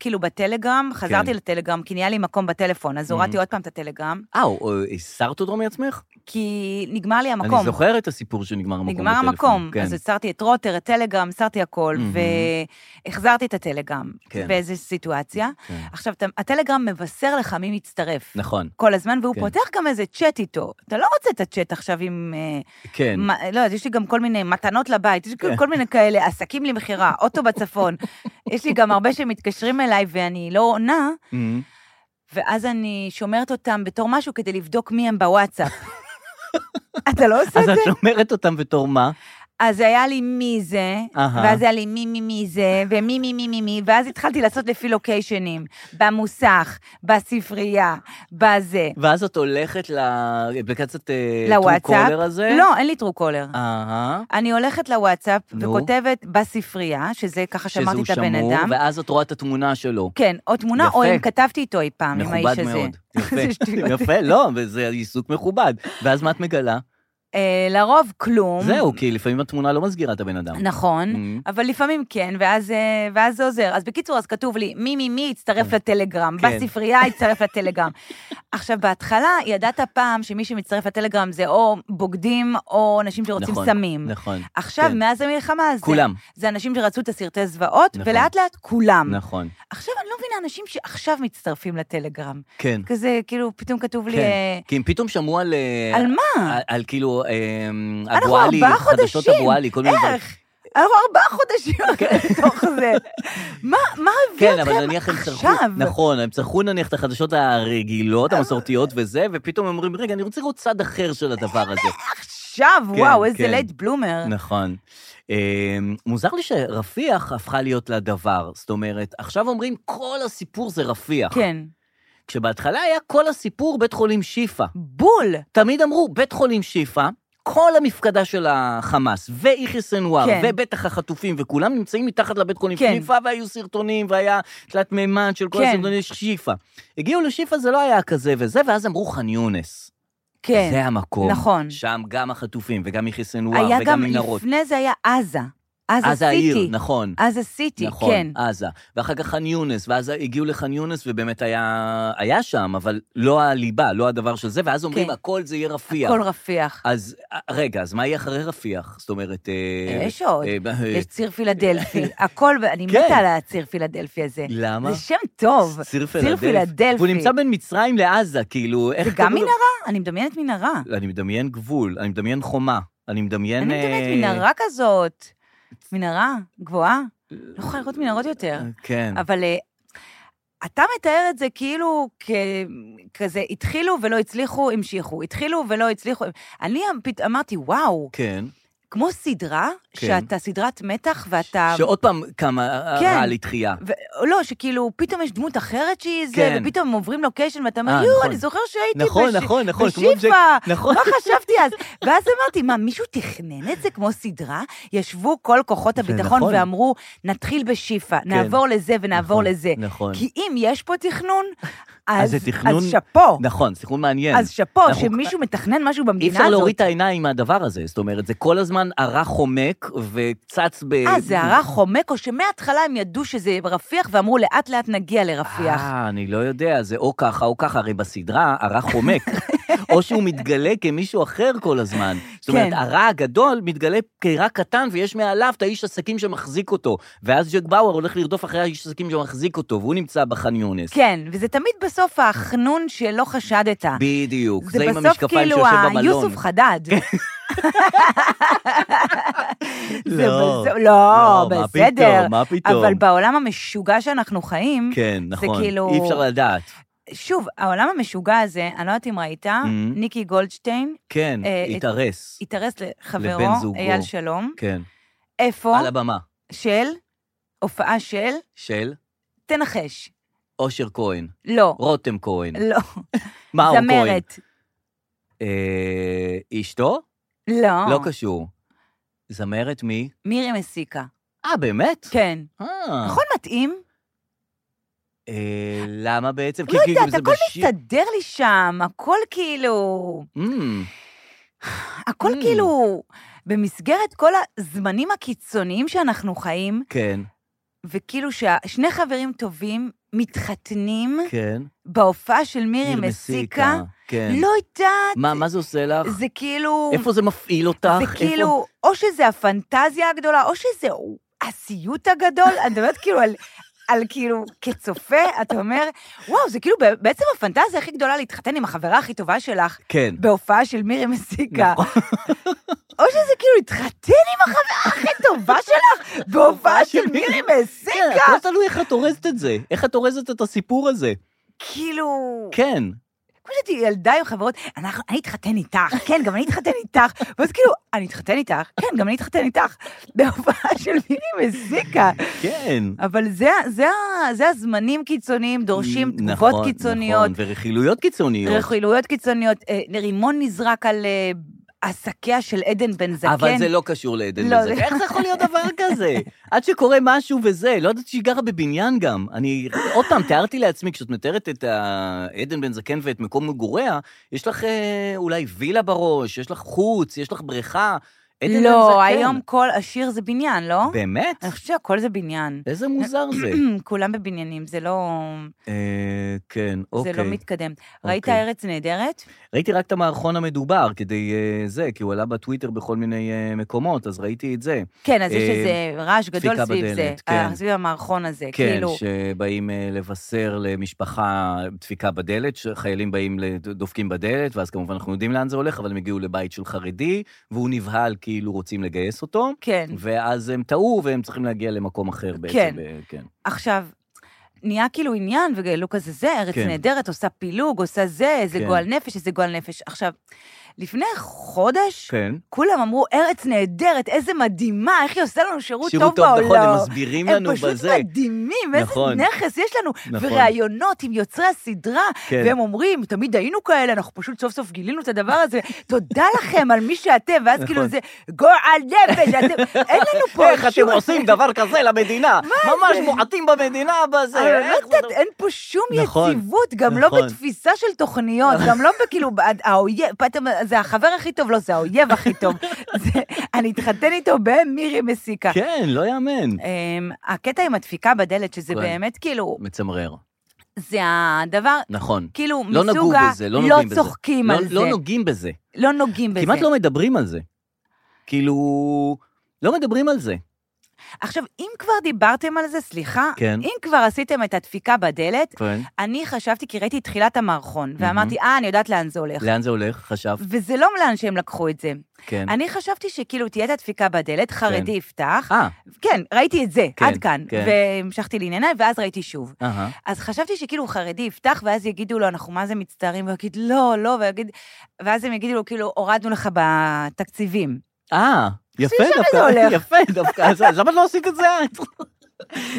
D: כאילו בטלגרם, חזרתי לטלגרם, כי נהיה לי מקום בטלפון,
C: Mm-hmm.
D: אז הורדתי עוד פעם את הטלגרם,
C: אה, או- או- הסרת אותו מעצמך?
D: כי נגמר לי המקום.
C: אני זוכר את הסיפור שנגמר המקום
D: נגמר
C: בטלפון,
D: המקום,
C: כן.
D: אז הסרתי את רוטר, את טלגרם, הסרתי הכל,
C: מהמם.
D: והחזרתי את הטלגרם
C: כן.
D: באיזו סיטואציה.
C: כן.
D: עכשיו, אתה- הטלגרם מבשר לך מי מצטרף.
C: נכון,
D: כל הזמן, והוא
C: כן.
D: פותח גם איזה צ'אט איתו. אתה לא רוצה את הצ'אט עכשיו עם... אה,
C: כן.
D: מה- לא, אז יש לי גם כל מיני מתנות לבית, יש לי
C: כן.
D: כל מיני כאלה, עסקים למכירה, אוטו בצפון. יש לי גם הרבה שמתקשרים אליי ואני לא עונה,
C: מהמם.
D: ואז אני שומרת אותם בתור משהו כדי לבדוק מי הם בוואטסאפ. אתה לא עושה את
C: אז
D: זה?
C: את שומרת אותם בתור מה?
D: אז היה לי מי זה,
C: אהה.
D: ואז היה לי מי מי מי זה, ומי מי מי מי מי, ואז התחלתי לעשות לפי לוקיישנים, במוסך, בספרייה, בזה.
C: ואז את הולכת לאפליקציית
D: לוואטסאפ.
C: טרוקולר הזה?
D: לא, אין לי טרו קולר.
C: אהה.
D: אני הולכת לוואטסאפ
C: אה. נו.
D: וכותבת בספרייה, שזה ככה שמעתי
C: שהוא
D: את הבן
C: שמור,
D: אדם.
C: ואז את רואה את התמונה שלו.
D: כן, או תמונה,
C: יפה.
D: או אם כתבתי איתו אי פעם, כן, עם
C: מכובד
D: האיש הזה.
C: מאוד.
D: זה
C: יפה,
D: שטויות.
C: יפה, לא, וזה עיסוק מכובד. ואז מה את מגלה?
D: אה, לרוב כלום.
C: זהו, כי לפעמים התמונה לא מסגירה את הבן אדם.
D: נכון,
C: Mhm.
D: אבל לפעמים כן, ואז, אה, ואז זה עוזר. אז בקיצור, אז כתוב לי, מי מי מי יצטרף לטלגרם,
C: כן.
D: בספרייה יצטרף לטלגרם. עכשיו, בהתחלה ידעת פעם שמי שמצטרף לטלגרם זה או בוגדים או אנשים שרוצים
C: נכון,
D: סמים.
C: נכון,
D: עכשיו,
C: כן.
D: מאז המלחמה, זה-
C: כולם.
D: זה אנשים שרצו את הסרטי זוועות,
C: נכון.
D: ולאט לאט כולם.
C: נכון,
D: עכשיו, אני לא מבינה אנשים שעכשיו מצטרפים לטלגרם.
C: כן.
D: כזה, כאילו, פתאום כתוב לי...
C: כן.
D: אה,
C: כי הם פתאום שמעו על... אה,
D: על מה?
C: על- על כאילו, אה,
D: אנחנו
C: אבואלי,
D: ארבעה
C: חדשות
D: חודשים.
C: אבואלי, כל מיני דברים.
D: איך? אנחנו ארבעה חודשים לתוך זה. מה מה הביא
C: כן, אבל
D: אתכם
C: נניח הם צרכו,
D: עכשיו?
C: נכון, הם צרכו נניח את החדשות
D: אה.
C: הרגילות, המסורתיות וזה, ופתאום הם אומרים, רגע, אני רוצה לראות צד אחר של הדבר
D: אה,
C: הזה.
D: עכשיו,
C: כן,
D: וואו, איזה
C: כן.
D: לייט בלומר.
C: נכון. אה, מוזר לי שרפיח הפכה להיות לדבר, זאת אומרת, עכשיו אומרים, כל הסיפור זה רפיח.
D: כן.
C: כשבהתחלה היה כל הסיפור בית חולים שיפא.
D: בול.
C: תמיד אמרו, בית חולים שיפא, כל המפקדה של החמאס, ויחיא סנוואר,
D: כן.
C: כן. ובטח החטופים, וכולם נמצאים מתחת לבית חולים
D: כן.
C: כן. שיפא, והיו סרטונים, והיה תלת מימן של כל
D: כן.
C: כן. הסרטונים של שיפא. הגיעו לשיפא, זה לא היה כזה וזה, ואז אמרו ח'אן יונס.
D: כן.
C: זה המקום.
D: נכון.
C: שם גם החטופים, וגם יחיא סנוואר,
D: היה
C: וגם
D: גם,
C: מנהרות.
D: לפני זה היה עזה.
C: עזה
D: עזה
C: העיר,
D: סיטי.
C: נכון.
D: עזה סיטי,
C: נכון,
D: כן.
C: עזה. ואחר כך ח'אן יונס, ואז הגיעו לח'אן יונס, ובאמת היה, היה שם, אבל לא הליבה, לא הדבר של זה, ואז אומרים,
D: כן.
C: הכל זה יהיה רפיח.
D: הכל רפיח.
C: אז אה, רגע, אז מה יהיה אחרי רפיח? זאת אומרת... אה,
D: יש עוד.
C: אה, ב- אה,
D: יש ציר פילדלפי. הכל, ב- אני
C: כן.
D: מתה על הציר פילדלפי הזה.
C: למה?
D: זה שם טוב.
C: ציר
D: פילדלפי.
C: והוא נמצא בין מצרים לעזה, כאילו, איך...
D: זה גם
C: קוראים לו?
D: מנהרה? אני מדמיינת מנהרה.
C: אני מדמיין גבול, אני מדמיין חומה, אני מדמיין...
D: אני מדמיינת
C: אה,
D: מנהרה כזאת. מנהרה גבוהה. לא יכולה לראות מנהרות יותר.
C: אה, כן,
D: אבל אה, אתה מתאר את זה כאילו כ- כזה, התחילו ולא הצליחו, המשיכו. התחילו ולא הצליחו. אני אמ-, פת- אמרתי, וואו,
C: כן.
D: כמו סדרה,
C: כן.
D: שאתה סדרת מתח ואתה...
C: שעוד פעם קמה
D: אה, כן.
C: הרעה לתחייה.
D: ו- לא, שכאילו, פתאום יש דמות אחרת שהיא זה,
C: כן.
D: ופתאום הם עוברים לוקיישן, ואתה אומר,
C: אה,
D: יואו,
C: נכון.
D: אני זוכר שהייתי
C: נכון,
D: בש-
C: נכון, נכון. כמו
D: בשיפא, לא
C: ג'ק- נכון.
D: מה חשבתי אז? ואז אמרתי, מה, מישהו תכנן את זה כמו סדרה? ישבו כל כוחות הביטחון
C: נכון. כן.
D: ואמרו, נתחיל בשיפא, נעבור לזה ונעבור
C: נכון,
D: לזה.
C: נכון.
D: כי אם יש פה תכנון,
C: אז
D: אז
C: זה תכנון...
D: אז שאפו.
C: נכון, תכנון מעניין.
D: אז שאפו,
C: אנחנו-
D: שמישהו מתכנן משהו
C: אי
D: במדינה
C: אפשר להוריד
D: הזאת.
C: את העיניים מהדבר הזה, זאת אומרת, זה כל הזמן הרע חומק וצץ ב...
D: אה, זה הרע חומק, או שמההתחלה הם ידעו שזה רפיח, ואמרו, לאט-לאט נגיע לרפיח.
C: אה, אני לא יודע, זה או ככה או ככה, הרי בסדרה הרע חומק. או שהוא מתגלה כמישהו אחר כל הזמן. זאת אומרת,
D: כן.
C: הרע הגדול מתגלה כרע קטן, ויש מעליו את האיש עסקים שמחזיק אותו. ואז ג'ק באואר הולך לרדוף אחרי האיש עסקים שמחזיק אותו, והוא נמצא בח'אן יונס.
D: כן, וזה תמיד בסוף החנון שלא חשדת.
C: בדיוק, זה,
D: זה
C: עם
D: בסוף
C: המשקפיים
D: כאילו
C: שיושב במלון.
D: היוסוף חדד. זה
C: לא.
D: בסוף- לא,
C: מה
D: בסדר.
C: פתאום, מה פתאום.
D: אבל בעולם המשוגע שאנחנו חיים,
C: כן, נכון.
D: כאילו-
C: אי אפשר לדעת.
D: שוב, העולם המשוגע הזה, אני לא יודעת אם ראית,
C: Mm-hmm.
D: ניקי גולדשטיין
C: כן,
D: אה,
C: התארס.
D: התארס
C: לבן
D: לחברו,
C: זוגו.
D: אייל שלום.
C: כן.
D: איפה?
C: על הבמה.
D: של? הופעה של?
C: של
D: תנחש.
C: אושר כהן,
D: לא.
C: רותם כהן,
D: לא.
C: מאור אה, כהן.
D: זמרת.
C: אה, אשתו?
D: לא.
C: לא קשור. זמרת מי?
D: מירי מסיקה.
C: אה, באמת?
D: כן.
C: אה.
D: נכון מתאים?
C: אה, למה בעצם?
D: לא
C: כי- כי
D: יודעת,
C: זה
D: הכל
C: בשיר-
D: מסתדר לי שם, הכל כאילו...
C: אמ,
D: הכל
C: Mm.
D: כאילו... במסגרת כל הזמנים הקיצוניים שאנחנו חיים,
C: כן,
D: וכאילו ששני חברים טובים מתחתנים
C: כן.
D: בהופעה של מירי
C: ניר
D: אה, מסיקה,
C: כן.
D: לא יודעת,
C: מה, מה זה עושה לך?
D: זה כאילו...
C: איפה זה מפעיל אותך?
D: זה
C: איפה-
D: כאילו, או שזה הפנטזיה הגדולה, או שזה הסיוט הגדול, אני מדברת כאילו על... על כאילו, כצופה, אתה אומר, וואו, זה כאילו ב- בעצם הפנטזיה הכי גדולה להתחתן עם החברה הכי טובה שלך
C: כן.
D: בהופעה של מירי מסיקה.
C: נכון.
D: או שזה כאילו להתחתן עם החברה הכי טובה שלך בהופעה של מירי
C: כן,
D: מסיקה.
C: הכל תלוי איך את אורזת את זה, איך את אורזת את הסיפור הזה.
D: כאילו,
C: כן.
D: כמו שהייתי ילדה עם חברות, "אנחנו- אני אתחתן איתך, כן, גם אני אתחתן איתך. ואז כאילו, אני אתחתן איתך, כן, גם אני אתחתן איתך, בהופעה של מירי מסיקה.
C: כן.
D: אבל זה, זה, ה- זה הזמנים קיצוניים, דורשים תגובות
C: נכון,
D: קיצוניות,
C: נכון, ורכילויות קיצוניות.
D: רכילויות קיצוניות, אה, רימון נזרק על אה, עסקיה של עדן בן זקן.
C: אבל זה לא קשור לעדן
D: כן. לא,
C: בזק.
D: זה-
C: איך זה יכול להיות דבר כזה? עד שקורה משהו וזה, לא ידעתי שהיא גרה בבניין גם. אני, עוד פעם, תיארתי לעצמי, כשאת מתארת את ה- עדן בן זקן ואת מקום מגוריה, יש לך אה, אולי וילה בראש, יש לך חוץ, יש לך בריכה. עדן בן זקן.
D: לא, היום כל עשיר זה בניין, לא?
C: באמת?
D: אני חושבת שהכל זה בניין.
C: איזה מוזר
D: אה,
C: זה.
D: כולם בבניינים, זה לא,
C: אה, כן,
D: זה לא
C: אוקיי.
D: מתקדם. ראית
C: אוקיי.
D: ארץ נהדרת?
C: ראיתי רק את המערכון המדובר כדי אה, זה, כי הוא עלה בטוויטר בכל מיני אה, מקומות, אז ראיתי את זה.
D: כן, אז יש
C: אה,
D: איזה רעש גדול
C: דפיקה
D: סביב זה,
C: בדלת, כן.
D: אה, סביב המערכון הזה,
C: כן,
D: כאילו.
C: שבאים אה, לבשר למשפחה דפיקה בדלת, שחיילים באים, לד- דופקים בדלת, ואז כמובן אנחנו יודעים לאן זה הולך, אבל הם הגיעו לבית של חרדי, והוא נבהל כאילו רוצים לגייס אותו,
D: כן.
C: ואז הם טעו והם צריכים להגיע למקום אחר בעצם.
D: כן.
C: ב- כן.
D: עכשיו, נהיה כאילו עניין, וגאלו כזה זה, ארץ
C: כן.
D: כן. נהדרת, עושה פילוג, עושה זה, איזה
C: כן.
D: כן. גועל נפש, איזה גועל נפש. עכשיו, לפני חודש, כן.
C: כן.
D: כולם אמרו, ארץ נהדרת, איזה מדהימה, איך היא עושה לנו שירות,
C: שירות טוב,
D: בעולם.
C: נכון, הם מסבירים לנו
D: הם פשוט
C: בזה.
D: מדהימים, איזה
C: נכון.
D: נכס יש לנו.
C: נכון.
D: וראיונות עם יוצרי הסדרה,
C: כן.
D: והם אומרים, תמיד היינו כאלה, אנחנו פשוט סוף סוף גילינו את הדבר הזה, תודה לכם על מי שאתם, ואז כאילו
C: נכון.
D: זה גועל נפש, אתם, אין לנו פה
C: איך אתם
D: שום-
C: עושים דבר כזה למדינה? ממש מועטים במדינה בזה.
D: אבל
C: איך
D: לא
C: זה
D: יודעת,
C: דבר-
D: אין פה שום
C: נכון,
D: יציבות, גם לא
C: נכון.
D: בתפיסה של תוכניות, גם לא בכאילו, בעד- האויב, פתאום, זה החבר הכי טוב, לא, זה האויב הכי טוב. זה- אני אתחתן איתו במירי מסיקה.
C: כן, לא יאמן.
D: אמ, הקטע עם הדפיקה בדלת, שזה
C: כן.
D: באמת כאילו,
C: מצמרר,
D: זה הדבר,
C: נכון.
D: כאילו,
C: לא נגעו
D: מסוג ה...
C: בזה, לא נוגעים בזה.
D: לא צוחקים
C: לא-
D: על זה,
C: לא נוגעים בזה.
D: לא נוגעים בזה.
C: כמעט לא מדברים על זה. כאילו, לא מדברים על זה.
D: עכשיו, אם כבר דיברתם על זה, סליחה,
C: כן.
D: אם כבר עשיתם את הדפיקה בדלת,
C: כן.
D: אני חשבתי, כי ראיתי את תחילת המערכון, ואמרתי, אה, אני יודעת לאן זה הולך.
C: לאן זה הולך? חשבת?
D: וזה לא לאן שהם לקחו את זה.
C: כן.
D: אני חשבתי שכאילו תהיה את הדפיקה בדלת, חרדי יפתח.
C: אה,
D: כן, ראיתי את זה,
C: כן,
D: עד כאן.
C: כן.
D: והמשכתי לענייניי, ואז ראיתי שוב.
C: אהה.
D: אז חשבתי שכאילו חרדי יפתח, ואז יגידו לו, אנחנו מה זה מצטערים, והוא יגיד, לא, לא, ויגיד, ואז הם יגידו לו, כאילו, הורדנו לך בתקציבים.
C: אה, יפה
D: שלשם
C: דווקא.
D: זה הולך.
C: יפה דווקא. אז אז למה לא עשית את זה את?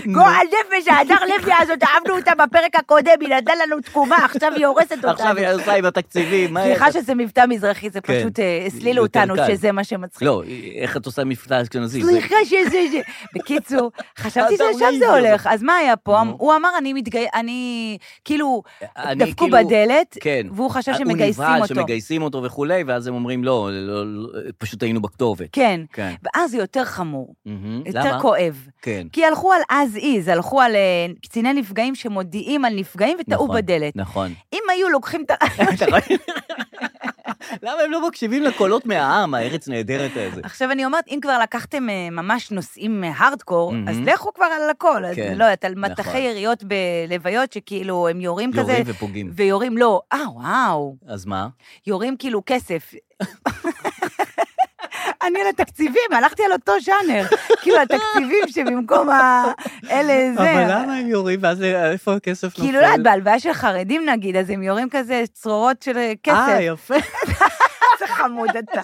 C: נו,
D: גועל נפש, ההדר לוי הזאת, אהבנו אותה בפרק הקודם, היא נתנה לנו תקומה, עכשיו היא הורסת
C: עכשיו
D: אותנו.
C: היא עושה עם התקציבים. מה-
D: סליחה שזה מבטא מזרחי, זה
C: כן.
D: פשוט אה, הסלילו
C: יותר
D: אותנו,
C: קל.
D: שזה מה שמצחיק.
C: לא, איך את עושה מבטא אשכנזי? זה-
D: סליחה שזה... זה- בקיצור, חשבתי
C: אתה
D: שלשם זה
C: ווינגר.
D: הולך. אז מה היה פה?
C: נו.
D: הוא אמר, אני מתגי... אני... כאילו,
C: אני
D: דפקו
C: כאילו-
D: בדלת,
C: כן.
D: והוא חשב
C: הוא
D: שמגייסים
C: נבהל
D: אותו.
C: שמגייסים אותו וכולי, ואז הם אומרים, לא, לא, לא, פשוט היינו בכתובת.
D: כן.
C: כן.
D: ואז זה יותר חמור,
C: מהמם.
D: יותר
C: למה?
D: כואב.
C: כן.
D: כי הלכו הלכו על as is, הלכו על אה, קציני נפגעים שמודיעים על נפגעים וטעו
C: נכון.
D: בדלת.
C: נכון.
D: אם היו לוקחים את ה...
C: אתה רואה? למה הם לא מקשיבים לקולות מהעם, הארץ נהדרת הזה?
D: עכשיו אני אומרת, אם כבר לקחתם אה, ממש נושאים אה, הארדקור, אז
C: מהמם.
D: לכו כבר על הכל. אז
C: כן,
D: לא יודעת, על
C: נכון.
D: מטחי יריות בלוויות, שכאילו הם יורים כזה,
C: יורים ופוגעים.
D: ויורים, לא, אה, וואו,
C: אז מה?
D: יורים כאילו כסף. אני על התקציבים, הלכתי על אותו ז'אנר. כאילו, התקציבים שבמקום ה... אלה זה.
C: אבל למה הם יורים? ואז איפה הכסף נופל?
D: כאילו, לא יודעת, בהלוויה של חרדים נגיד, אז הם יורים כזה צרורות של אה, כסף.
C: אה, יפה.
D: איזה חמוד אתה.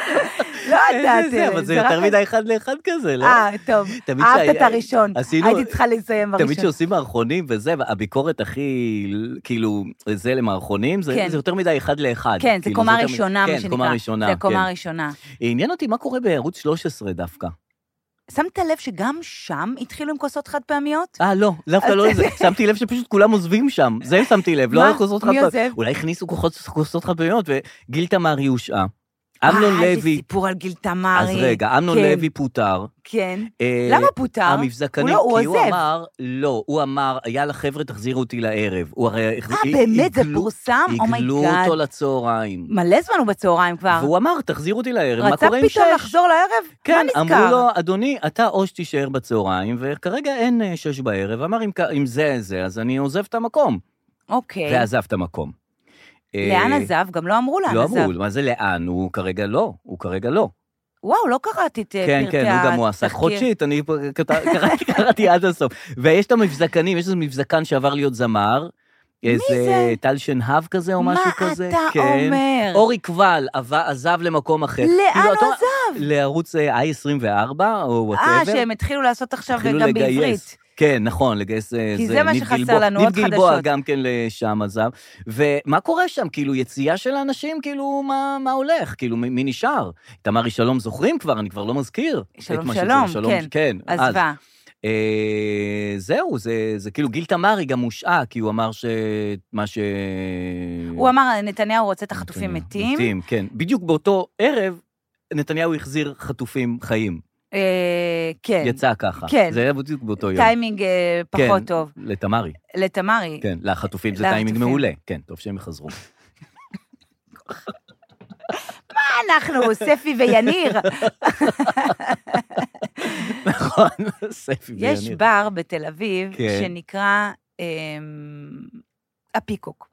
D: לא יודעת.
C: איזה זה, אבל זה
D: רק-
C: יותר מדי אחד לאחד כזה, לא? אה,
D: אה, טוב.
C: תמיד
D: אהבת
C: שהיה-
D: את הראשון.
C: עשינו-
D: הייתי צריכה לסיים בראשון.
C: כאילו, תמיד כשעושים מערכונים וזה, הביקורת הכי, כאילו, זה למערכונים, זה,
D: כן.
C: זה יותר מדי אחד לאחד.
D: כן, זה
C: כאילו,
D: קומה
C: יותר מ-
D: ראשונה, מה שנקרא.
C: כן, קומה ראשונה.
D: זה קומה ראשונה.
C: ראשונה. עניין אותי מה קורה בערוץ 13 דווקא.
D: שמת לב שגם שם התחילו עם כוסות חד פעמיות?
C: אה, לא, דווקא לא זה. שמתי לב שפשוט כולם עוזבים שם. זה שמתי לב, לא
D: מה?
C: על כוסות חד
D: מי
C: פעמיות.
D: עוזב?
C: אולי הכניסו כוחות- כוסות חד פעמיות, וגיל תמר יושעה. אמנון
D: אה, איזה
C: לוי,
D: סיפור על גיל תמרי.
C: אז רגע, אמנון
D: כן,
C: לוי פוטר.
D: כן.
C: אה,
D: למה פוטר?
C: המבזקנים,
D: הוא לא-
C: כי
D: הוא
C: הוא
D: עוזב.
C: אמר, לא, הוא אמר, יאללה חבר'ה, תחזירו אותי לערב. הוא הרי...
D: אה, באמת, זה
C: עיגלו-
D: פורסם? Oh
C: עיגלו
D: אומייגאד.
C: אותו לצהריים.
D: מלא זמן הוא בצהריים כבר.
C: והוא אמר, תחזירו אותי לערב, מה
D: רצה
C: קורה עם שש?
D: פתאום לחזור לערב?
C: כן,
D: מה
C: אמרו
D: נזכר?
C: לו, אדוני, אתה או שתישאר בצהריים, וכרגע אין אה, שש בערב. אמר, "אם כ- אם זה זה, אז אני עוזב את המקום.
D: אוקיי.
C: ועזב את המקום. אה,
D: לאן עזב? גם לא אמרו לאן
C: לא
D: עזב.
C: אמרו, מה זה לאן? הוא כרגע לא, הוא כרגע לא.
D: וואו, לא קראתי את אה, פרטי
C: כן,
D: התחקיר.
C: כן, הוא גם מועסק חודשית, אני פה כת- קראתי- קראתי עד הסוף. ויש את המבזקנים, יש איזה מבזקן שעבר להיות זמר. איזה
D: זה?
C: טל שנהב כזה או
D: מה
C: משהו כזה.
D: אתה
C: כן.
D: אומר?
C: אורי קבל עבר- עזב למקום אחר.
D: לאן
C: כאילו,
D: הוא
C: אתה-
D: עזב?
C: לערוץ אה, i24 או וואטאבר.
D: אה, שהם התחילו לעשות עכשיו
C: התחילו
D: גם
C: לגייס.
D: בעברית.
C: כן, נכון, לגייס אה,
D: כי זה מה
C: ניב
D: שחסר
C: גלבוע-
D: לנו, עוד
C: ניב גלבוע
D: חדשות.
C: גם כן לשם עזב. ומה קורה שם? כאילו, יציאה של האנשים, כאילו, מה, מה הולך? כאילו, מ- מי נשאר? תמרי שלום זוכרים כבר, אני כבר לא מזכיר.
D: שלום
C: את מה
D: שלום,
C: שזה,
D: כן.
C: כן, אז.
D: עזבה.
C: אה, זהו, זה, זה כאילו, גיל תמרי גם הושעה, כי הוא אמר שמה ש...
D: הוא אמר, נתניהו רוצה את החטופים
C: נתניהו-
D: מתים.
C: מתים, כן. בדיוק באותו ערב, נתניהו החזיר חטופים חיים.
D: אה, כן.
C: יצא ככה.
D: כן.
C: זה היה בדיוק באותו יום.
D: טיימינג אה, פחות
C: כן,
D: טוב.
C: לתמרי,
D: לתמרי.
C: כן, לחטופים זה
D: לחטופים.
C: טיימינג מעולה. כן, טוב שהם יחזרו.
D: מה אנחנו, ספי ויניר?
C: נכון, ספי
D: יש
C: ויניר.
D: בר בתל אביב
C: כן.
D: שנקרא אמ, הפיקוק.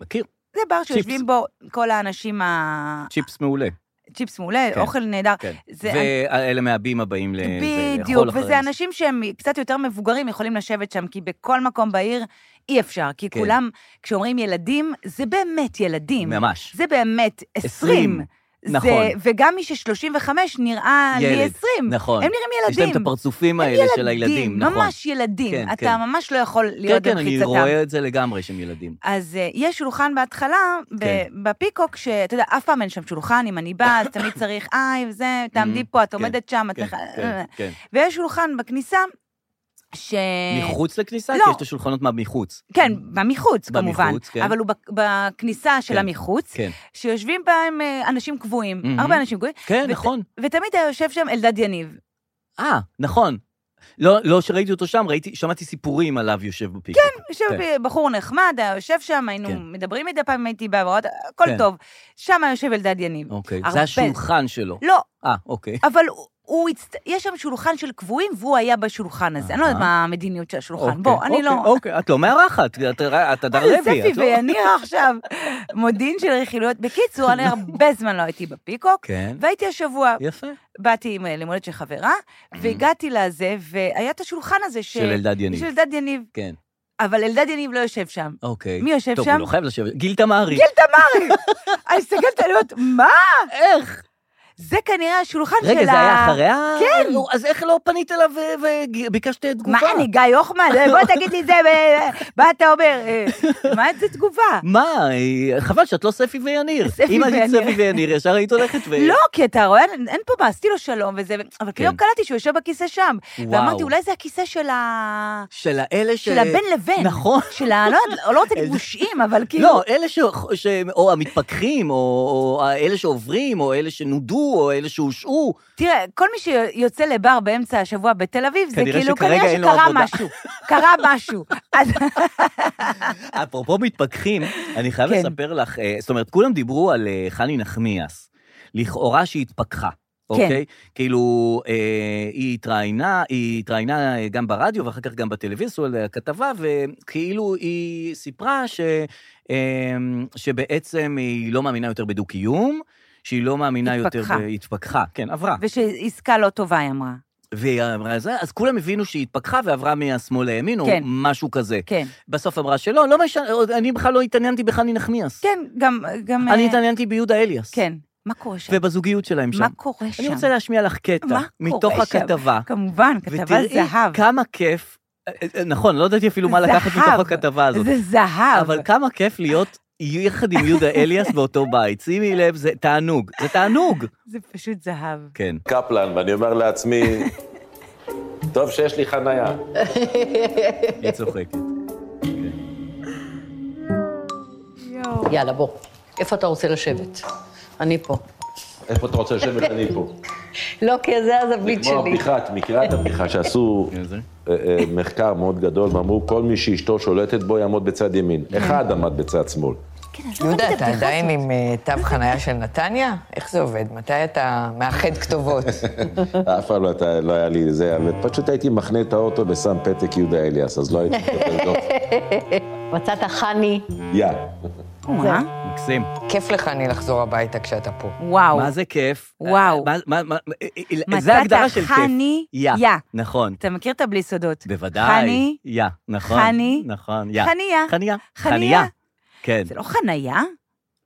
C: מכיר,
D: זה בר
C: צ'יפס.
D: שיושבים בו כל האנשים ה...
C: צ'יפס מעולה.
D: צ'יפס מעולה,
C: כן.
D: אוכל נהדר.
C: כן.
D: זה-
C: ואלה מהבים הבאים ל... זה, לאכול
D: בדיוק,
C: אחרי
D: וזה
C: זה.
D: אנשים שהם קצת יותר מבוגרים, יכולים לשבת שם, כי בכל מקום בעיר אי אפשר, כי
C: כן.
D: כולם, כשאומרים ילדים, זה באמת ילדים.
C: ממש.
D: זה באמת 20.
C: נכון.
D: זה, וגם מי ש-35 נראה לי
C: ילד,
D: 20.
C: נכון.
D: אה, הם נראים
C: יש
D: ילדים.
C: להם את הפרצופים האלה של הילדים, נכון.
D: ממש ילדים.
C: כן,
D: אתה
C: כן.
D: ממש לא יכול
C: כן,
D: להיות
C: כן, אני
D: במחיצתם.
C: רואה את זה לגמרי שהם ילדים.
D: אז אה, יש שולחן בהתחלה,
C: כן.
D: ב- בפיקוק, שאתה יודע, אף פעם אין שם שולחן, אם אני באה, אז תמיד צריך, איי, וזה, תעמדי פה, את
C: כן,
D: עומדת שם, את...
C: כן,
D: נח-
C: כן,
D: אה,
C: כן.
D: ויש שולחן בכניסה, ש...
C: מחוץ לכניסה?
D: לא.
C: כי יש את השולחנות מהמחוץ.
D: כן, במחוץ, כמובן.
C: במחוץ, כן.
D: אבל הוא בק- בכניסה של
C: כן,
D: המחוץ,
C: כן.
D: שיושבים בהם אה, אנשים קבועים,
C: מהמם.
D: הרבה אנשים קבועים,
C: כן,
D: ות-
C: נכון.
D: ותמיד היה יושב שם אלדד יניב.
C: אה, נכון. לא, לא שראיתי אותו שם, ראיתי, שמעתי סיפורים עליו יושב בפיק. כן.
D: יושב בחור נחמד, היה יושב שם, היינו
C: כן.
D: מדברים מדי פעם, הייתי באה, ועוד- הכל
C: כן.
D: טוב. שם היה יושב אלדד יניב.
C: אוקיי,
D: הרבה.
C: זה השולחן שלו.
D: לא,
C: אה, אוקיי.
D: אבל הוא- הוא, הצט- יש שם שולחן של קבועים, והוא היה בשולחן הזה. אני לא יודעת
C: אהה.
D: מה המדיניות של השולחן.
C: אוקיי,
D: בוא, אני
C: אוקיי,
D: לא... אה,
C: אוקיי, את לא מארחת, את- את הדר לוי.
D: ספי
C: את לא-
D: ויניר עכשיו, מודיעין של רכילויות. בקיצור, אני הרבה זמן לא הייתי בפיקוק,
C: כן,
D: והייתי השבוע,
C: יפה.
D: באתי עם אה, למולדת של חברה, והגעתי לזה, והיה את השולחן הזה ש-
C: של אלדד יניב.
D: של אלדד יניב,
C: כן,
D: אבל אלדד יניב לא יושב שם.
C: אוקיי.
D: מי יושב
C: טוב,
D: שם?
C: הוא לא חייב לשבת. גיל תמרי.
D: גיל תמרי! אני מסתכלת עליות, מה?
C: איך?
D: זה כנראה השולחן של ה...
C: רגע, זה היה אחריה?
D: כן.
C: נו, אז איך לא פנית אליו ו- וביקשת תגובה?
D: מה אני, גיא הוחמן? בוא תגיד לי זה, ו- מה אתה אומר? אה, מה זה תגובה?
C: מה, אה, חבל שאת לא ספי ויניר.
D: ספי
C: אם היית
D: ויניר.
C: ספי ויניר, ישר היית הולכת ו...
D: לא, כי אתה רואה, אין- אין פה מה, עשיתי לו שלום וזה, אבל כאילו
C: אה. כן.
D: קלטתי שהוא יושב בכיסא שם.
C: וואו.
D: ואמרתי, אולי זה הכיסא של ה...
C: של האלה ש...
D: של הבן לבין.
C: נכון.
D: של ה... לא יודעת, לא רוצה להגיד
C: איזה-
D: מושעים, אבל כאילו...
C: לא, אלה ש... ש... או המתפכחים, או... או האלה שעוברים, או אלה שנודו, שנפגעו, או אלה שהושעו.
D: תראה, כל מי שיוצא לבר באמצע השבוע בתל אביב, זה
C: כנראה
D: כאילו,
C: שכרגע
D: כנראה
C: אין לו
D: שקרה
C: עבודה.
D: משהו. קרה משהו. אז
C: אפרופו מתפכחים, אני חייב
D: כן.
C: לספר לך, אה, זאת אומרת, כולם דיברו על אה, חני נחמיאס, לכאורה שהיא
D: כן.
C: התפכחה. אוקיי? כאילו, אה, היא התראיינה, היא התראיינה אה, גם ברדיו ואחר כך גם בטלוויזיה, עשו עליה כתבה, וכאילו היא סיפרה ש, אה, שבעצם היא לא מאמינה יותר בדו-קיום, שהיא לא מאמינה
D: התפכחה.
C: יותר... ב- התפכחה. כן, עברה.
D: ושעסקה לא טובה, היא אמרה.
C: והיא אמרה זה, אז כולם הבינו שהיא התפכחה ועברה מהשמאל לימין, או
D: כן.
C: משהו כזה.
D: כן.
C: בסוף אמרה שלא, לא משנה, עוד- אני בכלל לא התעניינתי בחני נחמיאס.
D: כן, גם... גם
C: אני
D: אה,
C: התעניינתי ביהודה אליאס.
D: כן. מה קורה שם?
C: ובזוגיות שלהם שם.
D: מה קורה שם?
C: אני רוצה להשמיע לך קטע
D: מה
C: מתוך
D: קורה שם?
C: הכתבה,
D: כמובן, כתבה
C: ותראי
D: זהב.
C: כמה כיף, אה, אה, נכון, לא ידעתי אפילו מה
D: זהב.
C: לקחת מתוך הכתבה הזאת,
D: זה זהב.
C: אבל כמה כיף להיות יחד עם יהודה אליאס באותו בית. שימי לב, זה תענוג, זה תענוג.
D: זה פשוט זהב.
C: כן.
E: קפלן, ואני אומר לעצמי, טוב שיש לי חנייה.
C: היא צוחקת.
F: יאללה, בוא. איפה אתה רוצה לשבת? אני פה.
E: איפה אתה רוצה לשבת? אני פה.
F: לא, כי זה
E: זה
F: הזווית
E: כמו
F: שלי.
E: הבדיחה, את מכירה את הבדיחה שעשו אה, אה, מחקר מאוד גדול, ואמרו, כל מי שאשתו שולטת בו יעמוד בצד ימין. אחד עמד בצד שמאל.
G: יהודה, אתה עדיין עם אה, תו חניה של נתניה? איך זה עובד? מתי אתה מאחד כתובות?
E: אף פעם לא הייתה- לא היה לי זה, אבל פשוט הייתי מחנה את האוטו ושם פתק יהודה אליאס, אז לא הייתי כותב דוח.
F: מצאת חני.
E: יא.
C: אה?
D: מה?
C: מקסים.
G: כיף לך, אני לחזור הביתה כשאתה פה.
D: וואו.
C: מה זה כיף?
D: וואו.
C: מה- מה- מה- אה, אה, אה,
D: מצאת
C: זה ההגדרה של כיף.
D: חני,
C: יא.
D: יא.
C: נכון.
D: אתה מכיר את הבלי סודות?
C: בוודאי.
D: חני,
C: יא, נכון.
D: חני,
C: נכון, יא.
D: חניה.
C: חניה.
D: חניה.
C: כן.
D: זה לא חניה?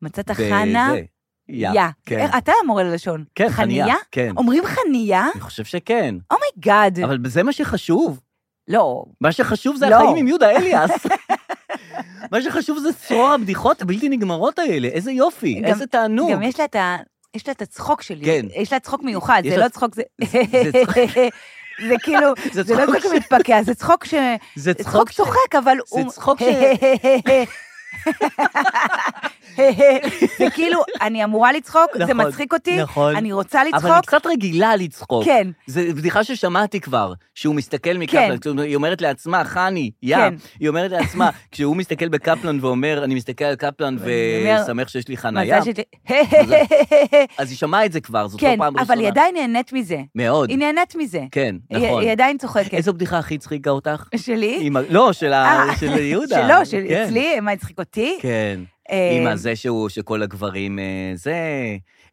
D: מצאת
C: זה-
D: חנה?
C: זה. יא.
D: יא.
C: כן.
D: איך- אתה המורה ללשון.
C: כן, חניה. כן.
D: אומרים חניה?
C: אני חושב שכן.
D: אומייגאד.
C: אבל זה מה שחשוב.
D: לא.
C: מה שחשוב זה
D: אה. לא.
C: החיים עם יהודה אליאס. מה שחשוב זה צרור הבדיחות הבלתי נגמרות האלה. איזה יופי,
D: גם-
C: איזה תענוג.
D: גם יש לה את ה... יש לה את הצחוק שלי.
C: כן.
D: יש לה צחוק מיוחד,
C: יש
D: זה
C: לה-
D: לא צחוק, זה...
C: זה צחוק-
D: זה כאילו,
C: זה
D: זה לא
C: צחוק
D: צחוק מתפקע, זה צחוק ש...
C: זה
D: זה צחוק
C: צחוק ש-
D: צוחק, אבל
C: זה
D: הוא...
C: צחוק ש-
D: זה כאילו, אני אמורה לצחוק, זה
C: נכון,
D: מצחיק אותי,
C: נכון.
D: אני רוצה
C: אבל אני
D: לצחוק,
C: קצת רגילה לצחוק.
D: כן.
C: זו בדיחה ששמעתי כבר, שהוא מסתכל
D: כן.
C: מקפלן, כן. היא אומרת לעצמה, חני, יא,
D: כן.
C: היא אומרת לעצמה, כשהוא מסתכל בקפלן ואומר, אני מסתכל על קפלן
D: ואני אומר,
C: ושמח שיש לי חנייה,
D: מזל שלי...
C: אז היא שמעה את זה כבר, זאת
D: כן,
C: לא פעם ראשונה.
D: אבל היא עדיין נהנית מזה.
C: מאוד,
D: היא נהנית מזה.
C: כן,
D: היא-
C: נכון.
D: היא עדיין צוחקת.
C: איזו בדיחה הכי הצחיקה אותך?
D: כן. שלי?
C: עם ה- לא, של ה-
D: אה,
C: של יהודה.
D: שלא, של-
C: כן,
D: אצלי, מה הצחיק אותי?
C: כן.
D: אה,
C: עם הזה שהוא, שכל הגברים, אה, זה...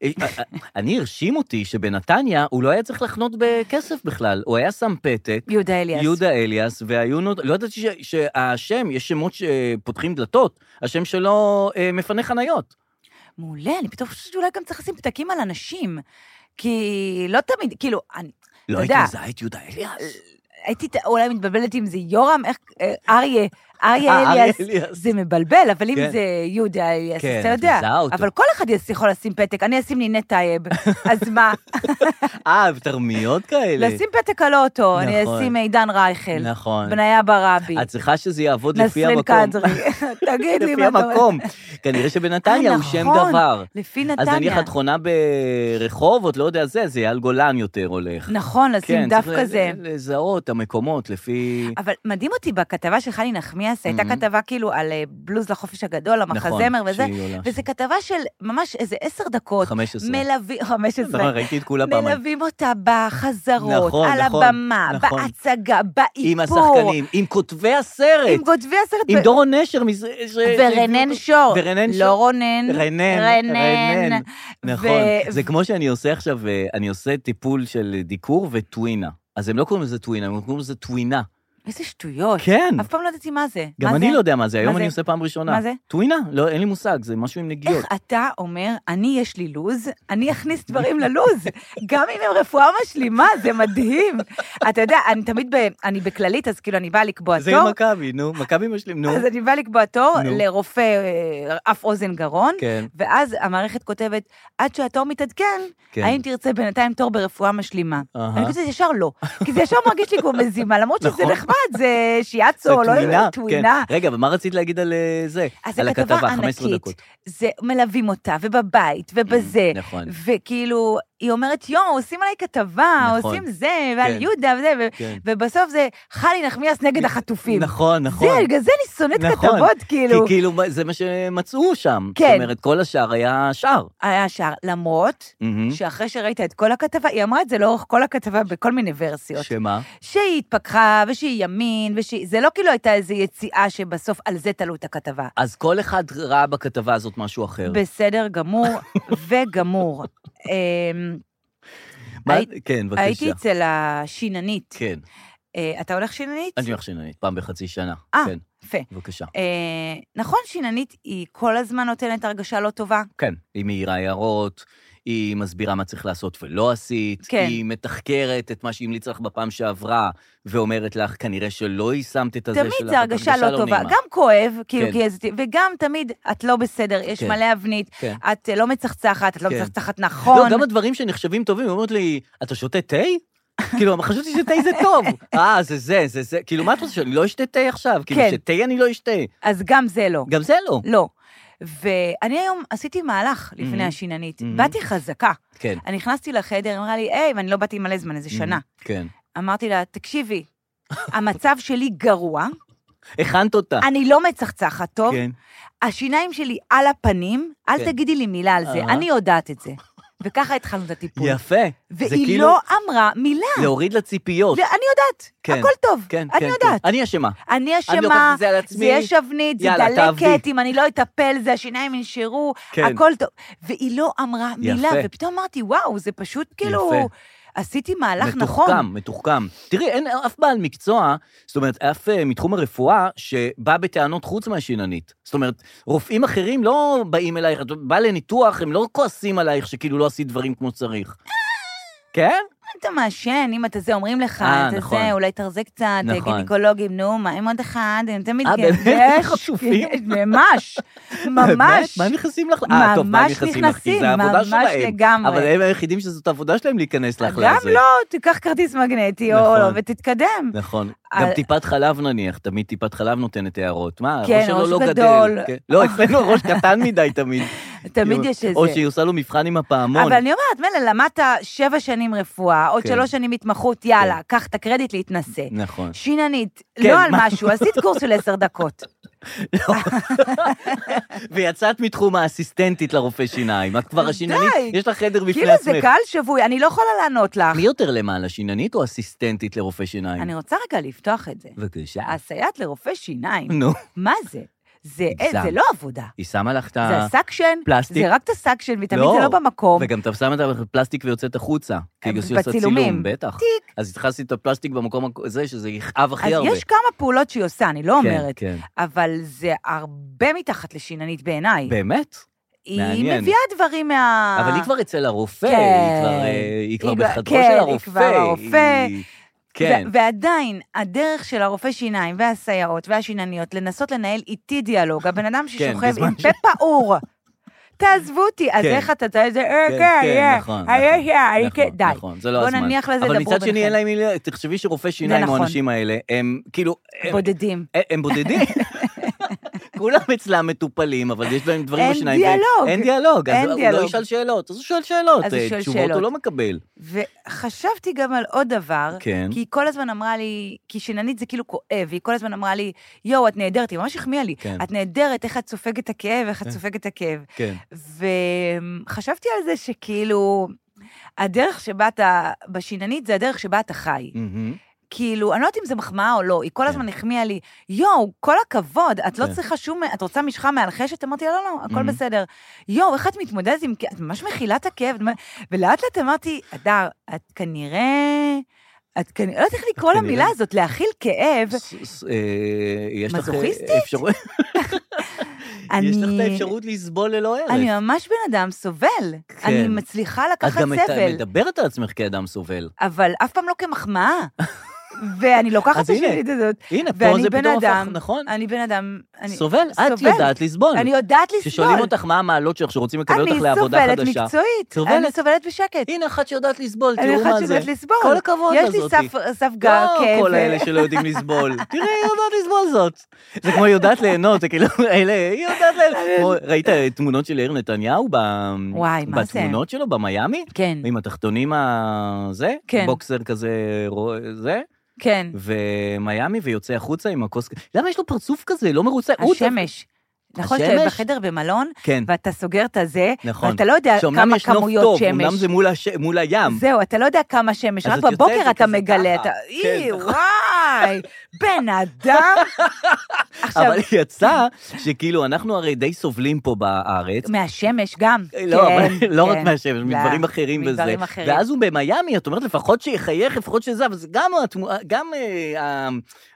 C: אה, אה, אני הרשים אותי שבנתניה הוא לא היה צריך לחנות בכסף בכלל, הוא היה שם פתק.
D: יהודה אליאס.
C: יהודה אליאס, והיו נות... לא ידעתי ש... שהשם, יש שמות שפותחים דלתות, השם שלו אה, מפנה חניות.
D: מעולה, אני פתאום חושבת שאולי גם צריך לשים פתקים על אנשים. כי לא תמיד, כאילו, אני...
C: לא
D: אתה
C: הייתי
D: יודע,
C: מזהה את יהודה אליאס.
D: הייתי ת- אולי מתבלבלת אם זה יורם, איך... אה, אריה, אריה
C: אה, אריה
D: אליאס.
C: אליאס.
D: זה מבלבל, אבל אם
C: כן.
D: זה יהודה אליאס,
C: כן,
D: אז אתה
C: את
D: יודע.
C: מזהה אותו.
D: אבל כל אחד יכול לשים פתק, אני אשים נינת טייב, אז מה?
C: אה, ותרמיות כאלה.
D: לשים פתק על אוטו, אני
C: נכון.
D: אשים עידן רייכל.
C: נכון.
D: בניה ברבי.
C: את צריכה שזה יעבוד לפי
D: נסרין
C: המקום.
D: קדרי. תגיד לי
C: לפי
D: מה אתה אומר.
C: המקום. כנראה שבנתניה
D: אה,
C: הוא שם
D: נכון,
C: דבר.
D: לפי
C: אז נניח
D: נתניה.
C: את חונה ברחובות, לא יודע זה, זה אייל גולן יותר הולך.
D: נכון, לשים
C: כן,
D: דף
C: צריך
D: כזה.
C: ל- לזהות המקומות לפי...
D: אבל מדהים אותי, בכתבה של חני נחמיאס, הייתה
C: מהמם. נכון,
D: כתבה כאילו על אה, בלוז לחופש הגדול, המחזמר וזה,
C: שהיא עולה
D: וזו
C: שם.
D: כתבה של ממש איזה עשר דקות.
C: 15.
D: מלווים, 15.
C: נכון, ראיתי את כולה פעמיים.
D: מלווים אותה בחזרות,
C: נכון,
D: על
C: נכון,
D: הבמה,
C: נכון.
D: בהצגה, באיפור.
C: עם השחקנים, עם כותבי הסרט,
D: עם כותבי הסרט.
C: עם
D: ו-
C: דורון נשר. מזה- ש- שהביאו
D: ורנן
C: אותו.
D: שור.
C: ורנן
D: לא
C: שור.
D: רונן.
C: רנן, רנן. נכון.
D: ו-
C: זה כמו שאני עושה עכשיו, אה, אני עושה טיפול של דיקור וטווינה. אז הם לא קוראים לזה טווינה, הם קוראים לזה טווינה.
D: איזה שטויות.
C: כן.
D: אף פעם לא ידעתי מה זה.
C: גם
D: מה
C: אני
D: זה?
C: לא יודע מה זה, היום
D: מה
C: אני
D: זה?
C: עושה פעם ראשונה.
D: מה זה?
C: טווינה? לא, אין לי מושג, זה משהו עם נגיעות.
D: איך אתה אומר, אני יש לי לו"ז, אני אכניס דברים ללו"ז, גם אם הם רפואה משלימה, זה מדהים. אתה יודע, אני תמיד, ב, אני בכללית, אז כאילו, אני באה לקבוע
C: זה עם
D: תור,
C: מכבי, נו, מכבי משלים, נו.
D: אז אני באה לקבוע תור
C: נו.
D: לרופא אה, אף אוזן גרון,
C: כן.
D: ואז המערכת כותבת, עד שהתור מתעדכן,
C: כן.
D: האם תרצה בינתיים תור ברפואה משלימה?
C: אהה.
D: אני כותבת ישר לא, כי זה ישר מרגיש לי כמו מזימה, למרות שזה
C: נכון.
D: נחמד, זה
C: זה
D: שיאצו, לא
C: טווינה,
D: תמונה.
C: כן. רגע, ומה רצית להגיד על אה, זה?
D: אז זו
C: על
D: כתבה
C: הכתבה, 15
D: ענקית.
C: דקות. Mm,
D: זה, מלווים אותה, ובבית, ובזה.
C: נכון.
D: וכאילו, היא אומרת, יואו, עושים עליי כתבה,
C: נכון.
D: עושים זה, ועל
C: כן.
D: יהודה וזה, ו-
C: כן.
D: ובסוף זה חלי נחמיאס נגד החטופים.
C: נכון,
D: זה,
C: נכון.
D: בגלל זה אני שונאת
C: נכון.
D: כתבות,
C: כי
D: כאילו.
C: כאילו, מה- זה מה שמצאו שם.
D: כן.
C: זאת אומרת, כל השאר היה שער.
D: היה שער, למרות
C: מהמם.
D: שאחרי שראית את כל הכתבה, היא אמרה את זה לאורך כל הכתבה בכל מיני versioנות.
C: שמה?
D: שהיא התפכחה, ושהיא ימין, ושהיא... זה לא כאילו הייתה איזו יציאה שבסוף על זה תלו את הכתבה.
C: אז כל אחד ראה בכתבה הזאת משהו אחר.
D: בסדר גמור וגמור. אמ,
C: מה-
D: הי-
C: כן, בבקשה.
D: הייתי אצל השיננית.
C: כן.
D: אה, אתה הולך שיננית?
C: אני הולך שיננית, פעם בחצי שנה.
D: אה.
C: כן,
D: יפה.
C: בבקשה.
D: אה, נכון, שיננית היא כל הזמן נותנת הרגשה לא טובה.
C: כן, היא מעירה הערות, היא מסבירה מה צריך לעשות ולא עשית,
D: כן.
C: היא מתחקרת את מה שהמליץ לך בפעם שעברה, ואומרת לך, כנראה שלא יישמת את הזה שלך,
D: תמיד
C: זאת
D: זו הרגשה לא טובה.
C: נעימה.
D: גם כואב, כאילו,
C: כן.
D: כי איזה- וגם תמיד את לא בסדר, יש
C: כן.
D: מלא אבנית,
C: כן.
D: את אה, לא מצחצחת, את לא
C: כן.
D: מצחצחת נכון.
C: לא, גם הדברים שנחשבים טובים, היא אומרת לי, אתה שותה תה? כאילו, חשבתי שתה זה טוב. אה, זה זה, זה זה. כאילו, מה את רוצה, שאני לא אשתה תה עכשיו? כאילו,
D: כן.
C: שתה אני לא אשתה.
D: אז גם זה לא.
C: גם זה לא.
D: לא. ואני היום עשיתי מהלך לפני
C: Mhm.
D: השיננית.
C: Mhm.
D: באתי חזקה.
C: כן.
D: אני נכנסתי לחדר, היא אמרה לי, היי, ואני לא באתי מלא זמן, איזה שנה.
C: כן.
D: אמרתי לה, תקשיבי, המצב שלי גרוע,
C: הכנת אותה.
D: אני לא מצחצחת טוב,
C: כן.
D: השיניים שלי על הפנים, אל
C: כן.
D: תגידי לי מילה על זה,
C: אהה.
D: אני יודעת את זה. וככה התחלנו את הטיפול.
C: יפה. זה
D: והיא
C: כאילו
D: לא אמרה מילה.
C: להוריד לה ציפיות.
D: לא, אני יודעת,
C: כן.
D: הכל טוב,
C: כן,
D: אני
C: כן,
D: יודעת.
C: כן. אני אשמה.
D: אני
C: אני לוקחת
D: אשמה,
C: את זה על
D: זה
C: עצמי.
D: יש אבנית, זה
C: יאללה,
D: דלקת,
C: תעבדי.
D: אם אני לא אטפל, זה השיניים ינשרו,
C: כן.
D: הכל טוב. והיא לא אמרה מילה,
C: יפה.
D: ופתאום אמרתי, וואו, זה פשוט כאילו...
C: יפה.
D: עשיתי מהלך נכון.
C: מתוחכם, מתוחכם. תראי, אין אף בעל מקצוע, זאת אומרת, אף אה, מתחום הרפואה, שבא בטענות חוץ מהשיננית. זאת אומרת, רופאים אחרים לא באים אלייך, את באה לניתוח, הם לא כועסים עלייך שכאילו לא עשית דברים כמו שצריך. כן?
D: אם אתה מעשן, אם אתה זה, אומרים לך,
C: אה,
D: אתה
C: נכון.
D: זה, אולי תרזה קצת,
C: נכון.
D: גינקולוגים, נו, מה עם עוד אחד? הם תמיד...
C: אה,
D: כן,
C: באמת?
D: יש,
C: חשופים?
D: כן, ממש,
C: באמת?
D: ממש.
C: מה הם נכנסים לך? אה, טוב, מה הם
D: ממש
C: נכנסים לך? כי
D: נכנסים,
C: זה העבודה
D: ממש
C: שלהם.
D: לגמרי.
C: אבל הם היחידים שזאת העבודה שלהם להיכנס לך לזה.
D: גם לא, תיקח כרטיס מגנטי או
C: נכון.
D: לא, ותתקדם.
C: נכון.
D: אה,
C: גם טיפת חלב נניח, תמיד טיפת חלב נותנת הערות. מה,
D: כן,
C: הראש שלו
D: ראש
C: לא
D: גדול.
C: גדל. כן. לא, אצלנו הראש קטן מדי תמיד.
D: תמיד
C: כאילו,
D: יש איזה.
C: או שהיא עושה לו מבחן עם הפעמון.
D: אבל אני אומרת, מילא, למדת שבע שנים רפואה, עוד
C: כן.
D: שלוש שנים התמחות, יאללה, קח את הקרדיט להתנשא.
C: נכון.
D: שיננית,
C: כן,
D: לא על
C: מה-
D: משהו, עשית קורס של עשר דקות.
C: ויצאת מתחום האסיסטנטית לרופא שיניים. את כבר השיננית,
D: די.
C: יש לך חדר בפני
D: כאילו, זה
C: עצמך.
D: קהל שבוי, אני לא יכולה לענות לך.
C: מי יותר למעלה, שיננית או אסיסטנטית לרופא שיניים?
D: אני רוצה רגע לפתוח את זה.
C: בבקשה.
D: הסייעת לרופא שיניים,
C: נו.
D: מה זה? זה, אה,
C: מגזם.
D: זה לא עבודה.
C: היא שמה לך את ה...
D: זה הסקשן,
C: אה, פלסטיק.
D: זה רק את הסקשן, ותמיד זה לא במקום.
C: וגם אתה שם את הפלסטיק ויוצאת החוצה. כי היא עושה
D: בצילומים.
C: צילום, בטח.
D: טיק.
C: אז היא צריכה לשים את הפלסטיק במקום הזה, שזה יכאב
D: אז
C: הכי הרבה.
D: יש כמה פעולות שהיא עושה, אני לא
C: כן,
D: אומרת,
C: כן.
D: אבל זה הרבה מתחת לשיננית בעיניי.
C: באמת?
D: היא
C: מעניין.
D: מביאה דברים מה...
C: אבל היא כבר אצל הרופא,
D: אה, כן.
C: היא כבר, אה, היא כבר
D: היא כבר-
C: בחדרו
D: כן,
C: של
D: היא
C: הרופא.
D: כבר הרופא.
C: היא-
D: ו-
C: כן,
D: ועדיין, הדרך של הרופא שיניים והסייעות והשינניות לנסות לנהל איתי דיאלוג, הבן אדם ששוכב
C: כן, בזמן
D: עם
C: ש-
D: פה פעור, תעזבו אותי, אז
C: כן.
D: איך אתה טועה את זה? אה,
C: כן,
D: כן,
C: כן,
D: אה,
C: נכון.
D: אה, אה,
C: נכון,
D: אה, אה,
C: נכון,
D: כן, די.
C: נכון, זה לא
D: בוא
C: הזמן.
D: נניח לזה,
C: אבל
D: דברו
C: מצד שני,
D: ביניכם.
C: אין להם מי... ל- תחשבי שרופא שיניים או
D: נכון.
C: האנשים האלה, הם כאילו... הם-
D: בודדים.
C: אה, הם בודדים. כולם אצלם מטופלים, אבל יש להם דברים
D: אין
C: בשיניים.
D: דיאלוג.
C: אין דיאלוג.
D: אין
C: אז הוא
D: דיאלוג.
C: לא ישאל שאלות. אז הוא שואל שאלות.
D: אז הוא
C: אה,
D: שואל
C: תשובות
D: שאלות.
C: הוא לא מקבל.
D: וחשבתי גם על עוד דבר,
C: כן.
D: כי היא כל הזמן אמרה לי, כי שיננית זה כאילו כואב, והיא כל הזמן אמרה לי, יואו, את נהדרת, היא ממש החמיאה לי,
C: כן.
D: את נהדרת, איך את סופגת את הכאב, איך את סופגת את הכאב.
C: כן.
D: וחשבתי על זה שכאילו, הדרך שבה אתה, בשיננית זה הדרך שבה אתה חי.
C: מהמם.
D: כאילו, אני לא יודעת אם זה מחמאה או לא, היא כל הזמן החמיאה לי, יואו, כל הכבוד, את לא
C: כן.
D: צריכה שום, את רוצה משחה מאלחשת? אמרתי לה, לא, לא, הכל
C: Mhm.
D: בסדר. יואו, איך את מתמודדת עם, כ- את ממש מכילה את הכאב, את מ- ולאט לאט אמרתי, אדר, את כנראה, את כנראה, לא יודעת איך לקרוא
C: כנראה-
D: למילה הזאת, להכיל כאב,
C: ס- ס- אה, יש לך אה,
D: מזוכיסטית?
C: אפשרות- יש לך את
D: אני,
C: האפשרות לסבול ללא הרף.
D: אני ממש בן אדם סובל, אני
C: כן.
D: מצליחה
C: את
D: לקחת
C: גם מת-
D: סבל,
C: מדברת על עצמך כאדם סובל.
D: אבל אף פעם לא כמחמאה. ואני לוקחת את
C: אז הנה,
D: השלילית הזאת,
C: הנה, פה
D: ואני
C: זה
D: בן
C: פתאום הפך,
D: אדם,
C: נכון?
D: אני בן אדם... אני
C: סובל, את
D: סובלת.
C: יודעת לסבול.
D: אני יודעת לסבול.
C: כששואלים אותך מה המעלות שלך שרוצים לקבל אותך
D: אני
C: לעבודה
D: סובלת
C: חדשה.
D: מקצועית,
C: סובלת.
D: אני סובלת בשקט.
C: הנה אחת שיודעת לסבול,
D: אני
C: תראו
D: אחת
C: מה זה.
D: שיודעת לסבול.
C: כל הכבוד
D: יש לי
C: לזאתי.
D: סף- ספגה
C: לא
D: כאב.
C: כל האלה שלא יודעים לסבול. תראי, היא יודעת לסבול זאת. זה כמו יודעת ליהנות, זה כאילו, אלה, היא יודעת ליהנות. כמו, ראית תמונות של יאיר נתניהו ב...
D: וואי, מה זה?
C: בתמונות שלו במיאמי?
D: כן,
C: עם התחתונים הזה?
D: כן.
C: בוקסר כזה, רו- זה?
D: כן.
C: ומיאמי, ויוצא החוצה עם הכוס... למה יש לו פרצוף כזה? לא מרוצה? הוא דווקא-
D: השמש. נכון
C: השמש?
D: שאתה בחדר במלון,
C: כן.
D: ואתה סוגר את הזה,
C: נכון.
D: ואתה לא יודע
C: שאומנם
D: כמה
C: יש נוף
D: כמויות
C: טוב,
D: שמש.
C: אומנם זה מול הש- מול הים.
D: זהו, אתה לא יודע כמה שמש,
C: אז
D: רק
C: את יוצאת
D: בבוקר אתה
C: וכזה
D: מגלה,
C: ככה.
D: אתה...
C: כן,
D: אי,
C: נכון.
D: וואי, בן אדם. עכשיו,
C: אבל יצא שכאילו, אנחנו הרי די סובלים פה בארץ.
D: מהשמש גם.
C: לא, אבל
D: כן,
C: לא רק
D: כן.
C: מהשמש, מדברים
D: לא,
C: אחרים וזה.
D: מדברים אחרים.
C: ואז הוא במיאמי, את אומרת לפחות שיחייך, לפחות שזה, אבל זה גם, התמו- גם אה, ה-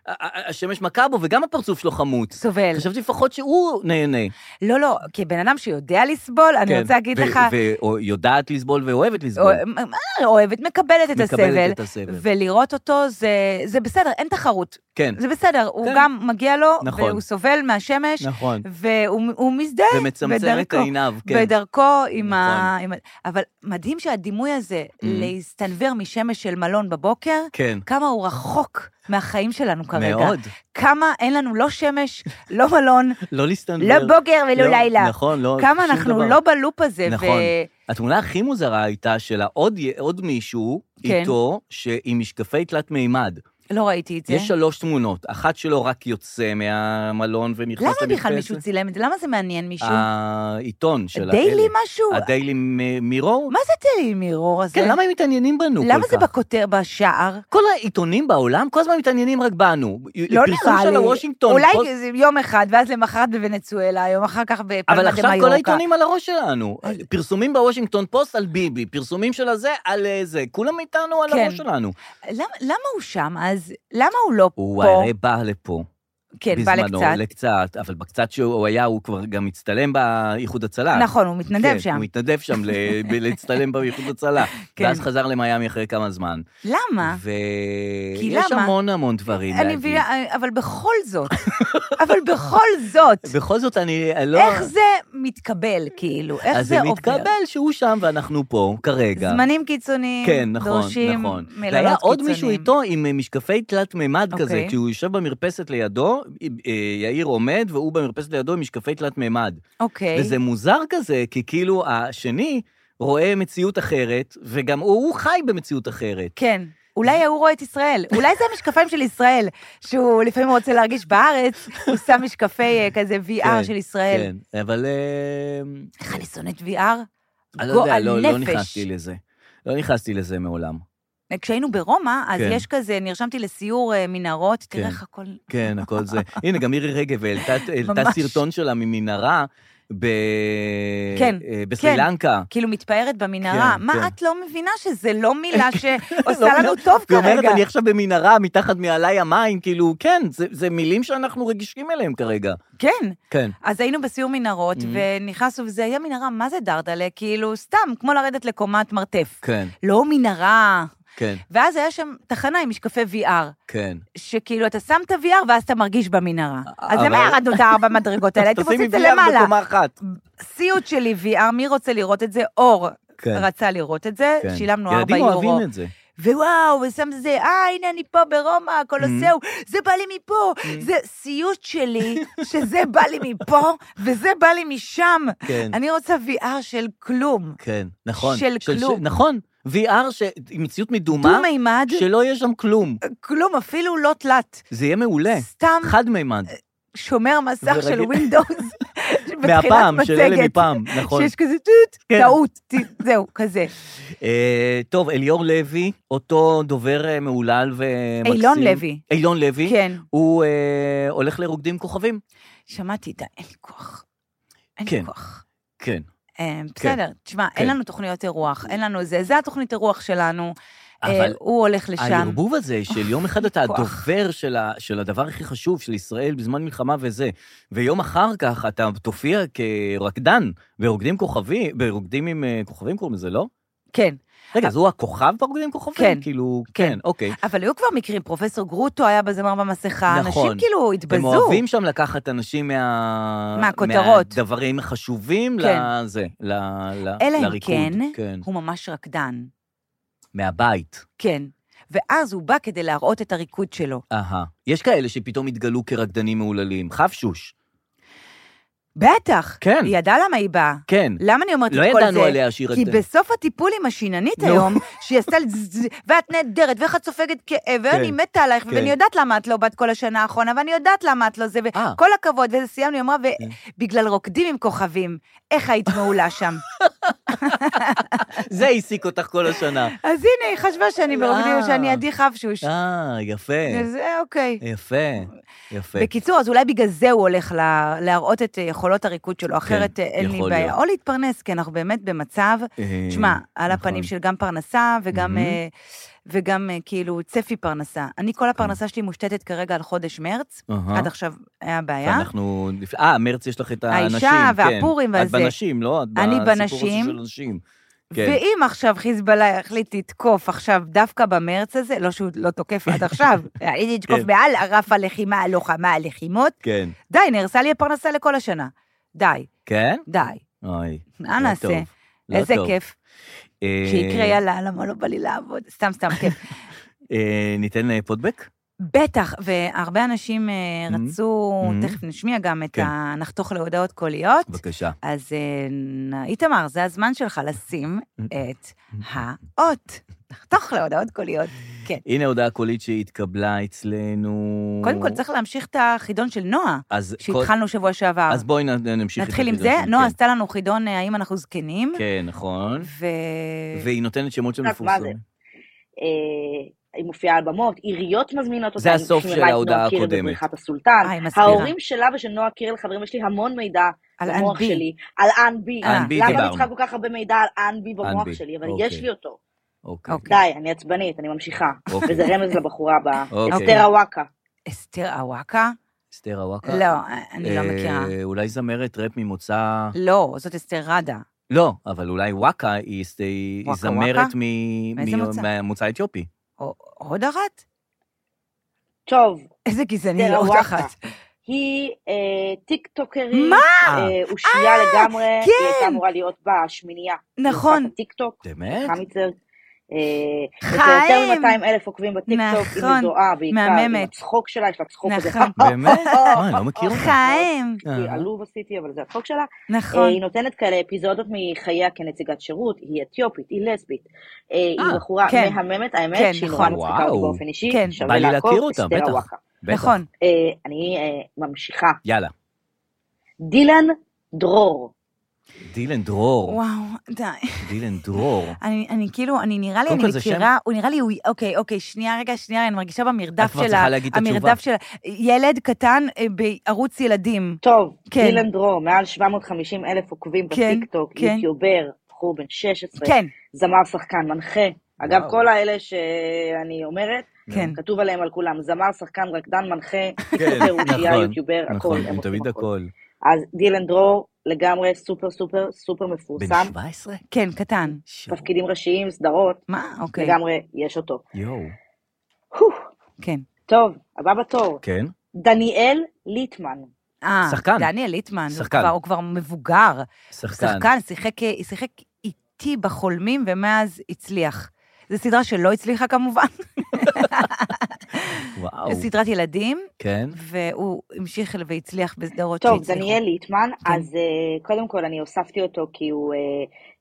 C: ה- השמש מכה בו וגם הפרצוף שלו חמוץ.
D: סובל.
C: חשבתי לפחות שהוא נהנה.
D: לא, לא, כבן אדם שיודע לסבול,
C: כן.
D: אני רוצה להגיד לך,
C: ויודעת לסבול ואוהבת
D: או-
C: לסבול.
D: מה- מה- אוהבת, מקבלת את הסבל,
C: מקבלת את הסבל.
D: ולראות אותו זה- זה בסדר, אין תחרות.
C: כן,
D: זה בסדר, הוא
C: כן.
D: גם מגיע לו,
C: נכון.
D: והוא סובל מהשמש,
C: נכון.
D: והוא הוא מזדהה
C: ומצמצם את
D: בדרכו.
C: עיניו, כן.
D: בדרכו עם
C: נכון. Mm.
D: ה... עם ה- אבל מדהים שהדימוי הזה, להסתנוור משמש של מלון בבוקר,
C: כן.
D: כמה הוא רחוק מהחיים שלנו כרגע.
C: מאוד.
D: כמה אין לנו לא שמש, לא מלון,
C: לא להסתנוור.
D: לא בוקר ולא
C: לא,
D: לילה.
C: נכון, לא,
D: כמה
C: שום
D: אנחנו
C: דבר.
D: לא בלופ הזה, ו...
C: נכון. התמונה הכי מוזרה הייתה של העוד י- עוד מישהו
D: כן.
C: איתו, עם משקפי תלת מימד.
D: לא ראיתי את זה.
C: יש שלוש תמונות, אחת שלו רק יוצא מהמלון ונכנס
D: למה
C: למרפסת.
D: בכלל מישהו צילם את זה? למה זה מעניין מישהו?
C: אה, העיתון של
D: דיילי משהו?
C: הדיילי מ- מירור?
D: מה זה דיילי מירור הזה?
C: כן, למה הם מתעניינים בנו כל כך?
D: למה זה בכותר בשער?
C: כל העיתונים בעולם כל הזמן מתעניינים רק בנו.
D: לא נראה לי.
C: פרסום של הוושינגטון.
D: אולי
C: כל-
D: זה יום אחד, ואז למחרת בוונצואלה, יום אחר כך בפלמה דה
C: אבל
D: מיורקה.
C: עכשיו כל העיתונים על הראש שלנו. פרסומים בוושינגטון פוסט על ביבי, פרסומים של הזה על אה, זה. כולם איתנו על
D: כן.
C: הראש שלנו.
D: למה, למה הוא שם אז? למה הוא לא
C: הוא
D: פה?
C: הרי בא לפה.
D: כן, בא
C: בזמנו,
D: לקצת.
C: לקצת, אבל בקצת שהוא היה, הוא כבר גם הצטלם באיחוד הצלה.
D: נכון, הוא מתנדב
C: כן,
D: שם.
C: הוא מתנדב שם ל- ב- להצטלם באיחוד הצלה.
D: כן.
C: ואז חזר למיאמי אחרי כמה זמן.
D: למה? כי
C: ויש
D: למה?
C: המון המון דברים
D: אני
C: להגיד.
D: מבינה, אבל בכל זאת, אבל בכל זאת,
C: בכל זאת, אני לא...
D: איך זה מתקבל, כאילו? איך
C: אז
D: זה
C: זה
D: עובר?
C: מתקבל שהוא שם ואנחנו פה כרגע.
D: זמנים קיצוניים,
C: כן, נכון,
D: דורשים
C: נכון.
D: מלונות קיצוניים.
C: והיה עוד מישהו איתו עם אה, משקפי תלת מימד
D: אוקיי.
C: כזה, כשהוא יושב במרפסת לידו, אה, יאיר עומד והוא במרפסת לידו עם משקפי תלת מימד.
D: אוקיי.
C: וזה מוזר כזה, כי כאילו השני רואה מציאות אחרת, וגם הוא, הוא חי במציאות אחרת.
D: כן. אולי ההוא רואה את ישראל, אולי זה המשקפיים של ישראל, שהוא לפעמים רוצה להרגיש בארץ, הוא שם משקפי אה, כזה VR
C: כן,
D: של ישראל.
C: כן, אבל... אה,
D: איך אני שונאת VR?
C: אני לא יודע,
D: גועל
C: לא, לא
D: נפש. אה,
C: נכנסתי לזה. לא נכנסתי לזה מעולם.
D: כשהיינו ברומא, אז
C: כן.
D: יש כזה, נרשמתי לסיור אה, מנהרות, תראה
C: כן.
D: איך הכל...
C: כן, הכל זה. הנה, גם מירי רגב העלתה העלתה
D: ממש.
C: סרטון שלה ממנהרה ב...
D: כן,
C: אה, בסרי
D: כן.
C: לנקה.
D: כאילו מתפארת במנהרה.
C: כן,
D: מה
C: כן.
D: את לא מבינה שזה לא מילה
C: לא,
D: שעושה לנו
C: לא.
D: טוב
C: היא אומרת,
D: כרגע?
C: אני עכשיו במנהרה, מתחת מעליי המים, כאילו, כן, זה- זה מילים שאנחנו רגישים אליהם כרגע.
D: כן.
C: כן. Mm-hmm.
D: אז היינו בסיור מנהרות, ונכנסנו, וזה היה מנהרה, מה זה דרדלה? כאילו, סתם, כמו לרדת לקומת מרתף.
C: כן,
D: לא מנהרה.
C: כן,
D: ואז היה שם תחנה עם משקפי VR,
C: כן.
D: שכאילו, אתה שם את ה-VR ואז אתה מרגיש במנהרה. אז
C: אבל-
D: למה ירדנו את הארבע מדרגות האלה? הייתם עושים את זה
C: תשימי כן. VR
D: למעלה.
C: בקומה אחת.
D: סיוט שלי VR, מי רוצה לראות את זה? אור
C: כן.
D: רצה לראות את זה,
C: כן.
D: שילמנו 4
C: ילדים
D: יורו.
C: אוהבים את זה.
D: ווואו, ושם זה, אה, הנה אני פה ברומא,
C: Mm.
D: קולוסאו, זה בא לי מפה, זה סיוט שלי, שזה בא לי מפה, וזה בא לי משם.
C: כן.
D: אני רוצה VR של כלום.
C: כן, נכון.
D: של כלום.
C: נכון, VR ש- עם מציאות מדומה,
D: דו-מימד,
C: שלא יהיה שם כלום.
D: כלום, אפילו לא תלת.
C: זה יהיה מעולה.
D: סתם
C: חד מימד.
D: שומר מסך של
C: ורגיל.
D: ווינדוס. בתחילת
C: מהפעם, של אלה
D: מצגת.
C: מפעם, נכון.
D: שיש כזה טוט,
C: כן.
D: טעות, ט- זהו, כזה.
C: אה, טוב, אליאור לוי, אותו דובר אה, מהולל ומקסים.
D: אילון לוי.
C: אילון לוי.
D: כן,
C: הוא אה, הולך לרוקדים כוכבים.
D: שמעתי, די, אין לי כוח. אין
C: כן.
D: לי כוח.
C: כן.
D: אה, בסדר, תשמע,
C: כן.
D: אין לנו תוכניות אירוח, אין לנו זה, זה התוכנית אירוח שלנו. אה,
C: אבל
D: הוא הולך לשם.
C: הערבוב הזה של יום אחד אתה
D: כוח.
C: הדובר של, ה, של הדבר הכי חשוב של ישראל בזמן מלחמה וזה, ויום אחר כך אתה תופיע כרקדן ברוקדים כוכבי, ברוקדים עם אה, כוכבים קוראים לזה, לא?
D: כן.
C: רגע, אז הוא הכוכב ברוקדים עם כוכבים?
D: כן.
C: כאילו,
D: כן.
C: כן, אוקיי.
D: אבל היו כבר מקרים, פרופסור גרוטו היה בזמר במסכה,
C: נכון.
D: אנשים כאילו
C: הם
D: התבזו.
C: אוהבים שם לקחת אנשים מה...
D: מהכותרות.
C: מהדברים החשובים
D: כן.
C: לזה, ל... ל...
D: אלא אם
C: לריקוד.
D: כן,
C: כן.
D: הוא ממש רקדן.
C: מהבית.
D: כן. ואז הוא בא כדי להראות את הריקוד שלו.
C: אהה. יש כאלה שפתאום התגלו כרקדנים מהוללים. חפשוש.
D: בטח.
C: כן.
D: היא ידעה למה היא באה.
C: כן.
D: למה אני אומרת
C: לא
D: את כל זה?
C: ידענו עליה שהיא
D: כי
C: רקדנית.
D: בסוף הטיפול עם השיננית
C: נו.
D: היום, שהיא עשתה לי זזז, ואת נהדרת, ואיך את סופגת כאב, ואני מתה עלייך,
C: כן.
D: ואני יודעת למה את לא בת כל השנה האחרונה, ואני יודעת למה את לא זה,
C: אה. כן.
D: וכל הכבוד, וזה סיימנו, היא אמרה, ובגלל רוקדים עם כוכבים, איך היית מעולה שם.
C: זה העסיק אותך כל השנה.
D: אז הנה, היא חשבה שאני ברוקדים,
C: אה.
D: שאני עדי חבשוש.
C: אה, יפה.
D: אז אה, אוקיי.
C: יפה. יפה.
D: בקיצור, אז אולי בגלל זה הוא הולך לה, להראות את אה, יכולות הריקוד שלו, אחרת אה, אין לי
C: כן, יכול
D: בעיה.
C: להיות.
D: או להתפרנס, כי אנחנו באמת במצב,
C: אה,
D: תשמע, על
C: נכון.
D: הפנים של גם פרנסה וגם,
C: מהמם.
D: אה, וגם אה, כאילו צפי פרנסה. אני, כל הפרנסה שלי מושתתת כרגע על חודש מרץ,
C: כן. אהה.
D: עד עכשיו היה בעיה.
C: אנחנו... אה, מרץ יש לך את האנשים, כן.
D: האישה והפורים
C: את
D: והזה.
C: בנשים, לא? את
D: אני
C: בסיפור הזה
D: בנשים.
C: של נשים. כן.
D: ואם עכשיו חיזבאללה יחליט לתקוף עכשיו דווקא במרץ הזה, לא שהוא לא תוקף עד עכשיו, יחליט לתקוף
C: כן.
D: מעל רף הלחימה, הלוחמה, הלחימות,
C: כן.
D: די, נהרסה לי הפרנסה לכל השנה. די,
C: כן?
D: די,
C: אוי.
D: מה
C: לא
D: נעשה?
C: טוב, לא
D: איזה
C: טוב.
D: כיף.
C: אה,
D: שיקרה, יאללה, למה לא בא לי לעבוד? סתם, סתם, כן. כיף.
C: אה, ניתן אה, פודבק?
D: בטח, והרבה אנשים אה,
C: Mhm.
D: רצו,
C: Mhm.
D: תכף נשמיע גם את
C: כן.
D: ה... נחתוך להודעות קוליות.
C: בבקשה.
D: אז אה, נ- איתמר, זה הזמן שלך לשים
C: Mm-hmm.
D: את האות. נחתוך להודעות קוליות. כן.
C: הנה הודעה קולית שהתקבלה אצלנו.
D: קודם כל, צריך להמשיך את החידון של נועה,
C: אז כל-
D: שהתחלנו שבוע שעבר.
C: אז בואי נ- נמשיך. את
D: נתחיל עם זה.
C: החידון.
D: נועה
C: כן.
D: עשתה לנו חידון אה, האם אנחנו זקנים,
C: כן, נכון.
D: ו...
C: והיא נותנת שמות של
H: רק מה זה?
C: מפורסמים.
H: אה, היא מופיעה על במות, עיריות מזמינות אותה.
C: זה הסוף של
H: היא שמירה את
C: ההודעה
H: נועה קירל
C: הקודמת.
H: בבריכת הסולטן.
D: אה, היא מסבירה.
H: ההורים שלה ושל נועה קירל, חברים, יש לי המון מידע
D: על
H: במוח
D: אנבי.
H: שלי. על אנבי.
D: אה,
C: אנבי
H: למה אני
C: דיברנו.
H: צריכה כל כך הרבה מידע על אנבי במוח
C: אנבי,
H: שלי? אבל
C: אוקיי.
H: יש לי אותו.
C: אוקיי.
D: אוקיי.
H: די, אני עצבנית, אני ממשיכה.
C: אוקיי.
H: וזה רמז לבחורה הבאה.
C: אוקיי.
H: אסתר הוואקה.
D: אסתר אוואקה?
C: אסתר הוואקה?
D: לא, אני לא מכירה.
C: אה, אולי זמרת ראפ ממוצא...
D: לא, זאת אסתר ראדה.
C: לא, אבל אולי וואקה היא אסת- היא
D: וואקה
C: זמרת
D: וואקה?
C: מ-
D: מאיזה
C: מ-
D: מוצא?
C: מהמוצא האתיופי.
D: או- עוד אחת?
H: טוב,
D: איזה גזעני,
C: כן,
H: אסתר
D: עוד
H: הוואקה.
D: אחת.
H: היא אה, טיקטוקרית.
D: מה?
H: אה, אושייה לגמרי. היא הייתה
D: כן.
H: אמורה להיות בשמינייה.
D: נכון.
H: טיקטוק.
C: באמת?
H: חמיצר. חיים! אה, יש לה
D: חיים!
H: יותר מ-200 אלף עוקבים בטיקטוק, היא
D: נכון,
H: מזוהה בעיקר עם
D: מהממת.
H: הצחוק שלה, יש לה צחוק כזה.
D: נכון.
C: באמת? מה, אני לא מכיר אותה.
D: חיים.
H: כי עלוב עשיתי, אבל זה הצחוק שלה. אה,
D: נכון.
H: היא נותנת כאלה אפיזודות מחייה כנציגת שירות, היא אתיופית, היא לסבית. אה, היא בחורה
D: כן.
H: מהממת, האמת,
D: כן,
H: שהיא נורא
D: נכון.
H: מצחיקה אותי
C: וואו.
H: באופן אישי,
D: כן.
H: שווה
C: בא לי להכיר
H: לעקוב,
C: אותה,
H: אסתר
C: בטח.
H: הוואקה.
C: בטח.
D: נכון.
H: אה, אני אה, ממשיכה.
C: יאללה.
H: דילן דרור.
C: דילן דרור.
D: וואו, די.
C: דילן דרור.
D: אני, אני כאילו, אני נראה לי,
C: קודם
D: אני
C: כל זה
D: מכירה, הוא נראה לי, הוא, אוקיי, אוקיי, שנייה, רגע, שנייה, אני מרגישה
C: את
D: במרדף
C: כבר
D: של
C: צריכה
D: ה...
C: להגיד את התשובה.
D: המרדף של ה- ילד קטן אה, בערוץ ילדים.
H: טוב,
D: כן.
H: דילן דרור, מעל 750 אלף עוקבים
D: כן,
H: בטיקטוק,
D: כן.
H: יוטיובר, בחור בן 16,
D: כן,
H: זמר, שחקן, מנחה. אגב,
C: וואו.
H: כל האלה שאני אומרת,
D: כן.
H: כתוב עליהם על כולם, זמר, שחקן, רקדן, מנחה,
C: כן,
H: כותב, אושייה,
C: נכון,
H: יוטיובר, הכל.
C: נכון,
H: הם
C: הם
H: עושים
C: תמיד הכל.
H: אז דילן דרור, לגמרי סופר סופר סופר
C: בן
H: מפורסם,
C: 17?
D: כן, קטן.
H: תפקידים ראשיים, סדרות,
D: מה?
C: כן.
D: אוקיי,
H: לגמרי יש אותו.
C: יואו.
H: הו,
D: כן.
H: טוב, הבא בתור,
C: כן?
H: דניאל ליטמן.
D: אה,
C: שחקן.
D: דניאל ליטמן, הוא
C: שחקן.
D: כבר- הוא כבר מבוגר.
C: שחקן.
D: שחקן, שיחק, שיחק איתי בחולמים, ומאז הצליח. זו סדרה שלא הצליחה כמובן,
C: וואו.
D: סדרת ילדים,
C: כן?
D: והוא המשיך והצליח בסדרות
H: טוב,
D: שהצליחו.
H: דניאל ליטמן,
D: כן.
H: אז אה, קודם כל אני הוספתי אותו כי הוא אה,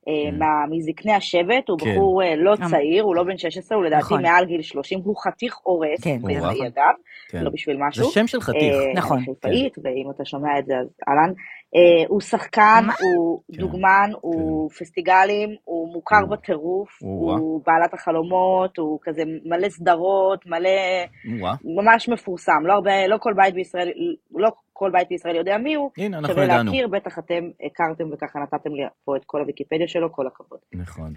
H: אה, מה- מזקני השבט, הוא
C: כן.
H: בחור אה, לא
D: אמ.
H: צעיר, הוא לא בן 16, הוא לדעתי
D: נכון.
H: מעל גיל 30, הוא חתיך אורס,
D: כן.
C: הוא רב.
H: בחיי אגב,
C: כן.
H: לא בשביל
C: זה
H: משהו.
C: שם של חתיך. כן.
H: אה,
D: נכון.
H: אני חיפאית, ואם אתה שומע את זה, אז אהלן. אה, הוא שחקן,
D: מה?
H: הוא
C: כן,
H: דוגמן, הוא פסטיגלים, הוא מוכר
C: הוא-
H: בטירוף,
C: הוא-
H: הוא בעלת החלומות, הוא כזה מלא סדרות, מלא...
C: וואה.
H: ממש מפורסם, לא הרבה, לא כל בית בישראל, לא כל בית בישראל יודע מי הוא,
C: הנה, אנחנו
H: שווה
C: ידענו.
H: להכיר, בטח אתם הכרתם וככה נתתם לי פה את כל הוויקיפדיה שלו, כל הכבוד.
C: נכון.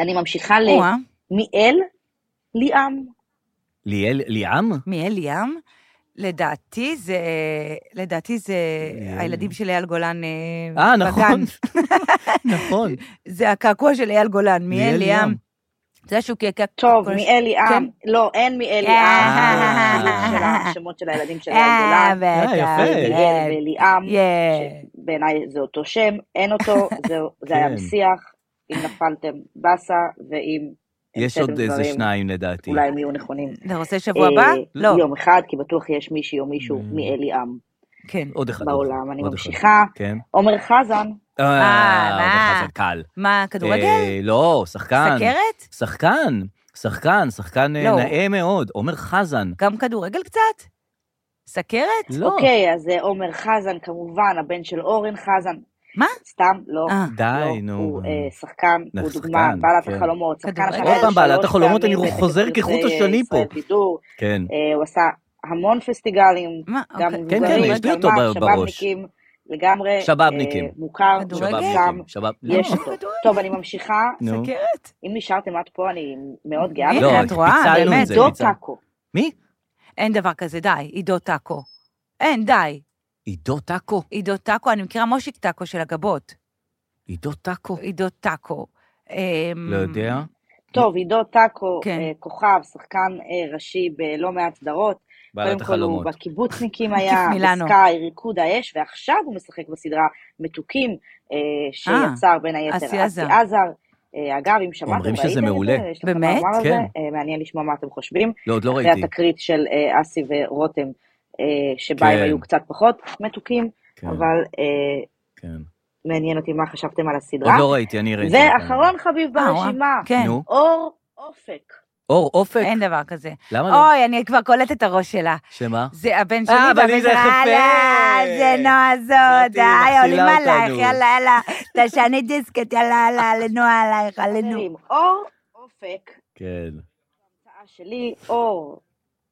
H: אני ממשיכה
D: או-אה,
H: למיאל ליאם,
C: ליאל, ליאם?
D: מיאל ים. לדעתי זה, לדעתי זה הילדים של אייל גולן אה,
C: אה,
D: בגן.
C: נכון. נכון.
D: זה הקעקוע של אייל גולן, מאל
C: מאלי
D: ים.
C: ים.
D: אתה יודע שהוא קעקע...
H: טוב,
D: כל-
H: מאלי עם.
D: כן.
H: לא, אין מאלי
D: אה.
H: עם. של השמות של הילדים של
D: אה,
H: אייל גולן.
D: בטח.
C: אה, יפה.
D: כן.
H: יגל וליאם,
D: כן.
H: שבעיניי זה אותו שם, אין אותו, זהו, זה היה
C: כן.
H: בשיח, אם נפלתם באסה, ואם...
C: יש
H: המצאתם
C: עוד איזה
H: דברים,
C: שניים לדעתי.
H: אולי הם יהיו נכונים.
D: אתה רוצה שבוע הבא?
H: אה,
D: לא.
H: יום אחד, כי בטוח יש מישהי או מישהו
C: Mm.
H: מאלי עם
D: כן.
C: עוד אחד. עוד
H: בעולם.
C: אחד,
H: אני
C: עוד אחד.
H: ממשיכה.
C: כן.
H: עומר חזן,
C: אה, עוד
D: מה?
C: אחד, קל.
D: מה, כדורגל?
C: אה, לא, שחקן.
D: סכרת?
C: שחקן, שחקן, שחקן אה,
D: לא.
C: נאה מאוד. עומר חזן.
D: גם כדורגל קצת? סכרת?
C: לא.
H: אוקיי, אז אה, עומר חזן כמובן, הבן של אורן חזן.
D: מה?
H: סתם, לא.
D: אה,
C: די,
H: לא,
C: נו.
H: הוא אה, שחקן, הוא
C: שחקן,
H: דוגמה, בעלת
C: כן.
H: החלומות, שחקן
D: כדורגל.
H: הפנדל
D: עוד
C: פעם בעלת
H: שלוש
C: החלומות,
H: פעמים
C: אני חוזר
H: בטקס
C: כחוט
H: יוצאי
C: השני פה.
H: ישראל בידור.
C: כן.
H: אה, הוא עשה המון פסטיגלים,
D: מה?
H: גם
D: אוקיי.
C: כן,
H: מבוגרים,
C: יש לי אותו
H: תלמה,
C: ב- בראש.
H: שבאבניקים, לגמרי.
C: שבאבניקים.
H: אה, מוכר,
D: כדורגל?
H: שם,
C: שבאבניקים, שבאב... לא.
H: יש אותו. טוב, אני ממשיכה.
C: נו.
D: סכרת?
H: אם נשארתם עד פה, אני מאוד גאה.
D: הנה,
H: בכם.
C: לא,
D: את רואה,
C: פיצלנו
D: באמת. לא.
C: את זה.
H: עידו
C: פיצלנו.
H: טאקו.
C: מי?
D: אין דבר כזה, די, עידו טאקו. אין, די.
C: עידו טאקו.
D: עידו טאקו, אני מכירה מושיק טאקו של הגבות.
C: עידו טאקו.
D: עידו טאקו.
H: Mm.
D: אמ,
C: לא יודע.
H: טוב, עידו טאקו,
D: כן.
H: אה, כוכב, שחקן אה, ראשי בלא מעט סדרות.
C: בעלת
H: קודם כל הוא
C: החלומות.
H: בקיבוצניקים
D: מקיף
H: היה,
D: מילאנו.
H: בסקאי, ריקוד האש, ועכשיו הוא משחק בסדרה מתוקים, אה, שיצר בין היתר
D: אה, אסי
H: אסי
D: עזר.
H: עזר. אה, אגב, אם שמעתם,
C: אומרים שזה
H: ראיתם את
C: מעולה.
H: זה? יש לכם
D: באמת?
H: מאמר על זה?
C: כן.
H: אה, מעניין לשמוע מה אתם חושבים.
C: לא, עוד לא
H: אחרי
C: ראיתי.
H: התקרית של אה, אסי ורותם, אה, שבה
C: כן.
H: הם היו קצת פחות מתוקים,
C: כן,
H: אבל אה,
C: כן.
H: מעניין אותי מה חשבתם על הסדרה.
C: עוד לא ראיתי, אני ראיתי.
H: ואחרון חביב
D: אה, וואו,
H: ברשימה,
D: כן.
C: נו.
H: אור אופק.
C: אור אופק.
D: אין דבר כזה.
C: למה לא?
D: אוי, אני כבר קולטת את הראש שלה.
C: שמה?
D: זה הבן שלי,
C: אה, אבל
D: והבן
C: אם זה
D: שלה,
C: יחפה.
D: יאללה, זה נועה זאת,
C: זאת היא
D: די,
C: מכשילה
D: עולים עלייך,
C: אותנו.
D: יאללה, יאללה, תשני דיסקט, יאללה, יאללה, עלינו עלייך, עלינו.
H: חברים, אור אופק,
C: כן.
H: ההצעה שלי, אור,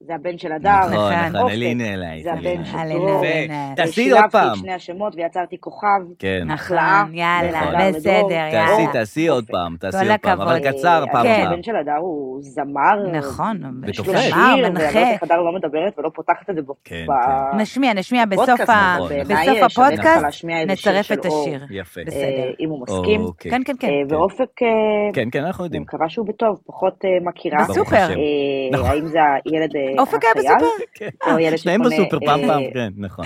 H: זה הבן של הדר.
C: נכון, נכון.
H: אופק,
C: אלינה אליי.
H: זה הבן של
D: אלינה.
H: דרור.
D: אלינה.
H: אה,
C: תעשי עוד
H: שילבתי
C: פעם.
H: את שני השמות ויצרתי כוכב.
C: כן.
H: החלאה.
D: נכון, יאללה,
C: נכון.
D: בסדר,
C: תעשי,
D: יאללה.
C: תעשי עוד
H: אופק.
C: פעם, תעשי
D: כל
C: עוד פעם, אבל
D: הכבוד.
C: קצר
H: אה,
C: פעם
D: כן.
C: הבאה.
H: הבן של הדר הוא זמר.
D: נכון,
H: יש לו
C: ותופס.
H: שיר,
D: שומר,
H: ואני לא יודעת
D: מנחה.
H: איך הדר לא מדברת ולא פותחת את זה ב-
C: כן,
H: ב-
D: נשמיע, נשמיע בסוף
H: בפודקאסט,
D: ה-
H: אבל
C: נכון.
H: בעיניי
D: בסוף
H: שווה ככה
D: הפודקאסט,
H: להשמיע איזה שיר
D: נצרף
H: של
D: את
H: אור,
D: השיר.
C: יפה.
H: אה,
D: בסדר.
H: אם הוא מסכים.
C: אוקיי.
D: כן, כן, כן.
H: אה, ואופק, אה,
C: כן, כן, אנחנו
H: אני
C: יודעים.
H: מקווה שהוא בטוב, פחות אה, מכירה.
D: ברוך בסופר. השם.
H: אה,
C: נכון.
H: האם זה הילד אה,
D: אופק היה
H: החייל?
D: בסופר?
C: כן.
H: או ילד
C: שניהם
H: אוקיי. שקונה,
C: בסופר פעם
H: אה,
C: פעם, כן, נכון.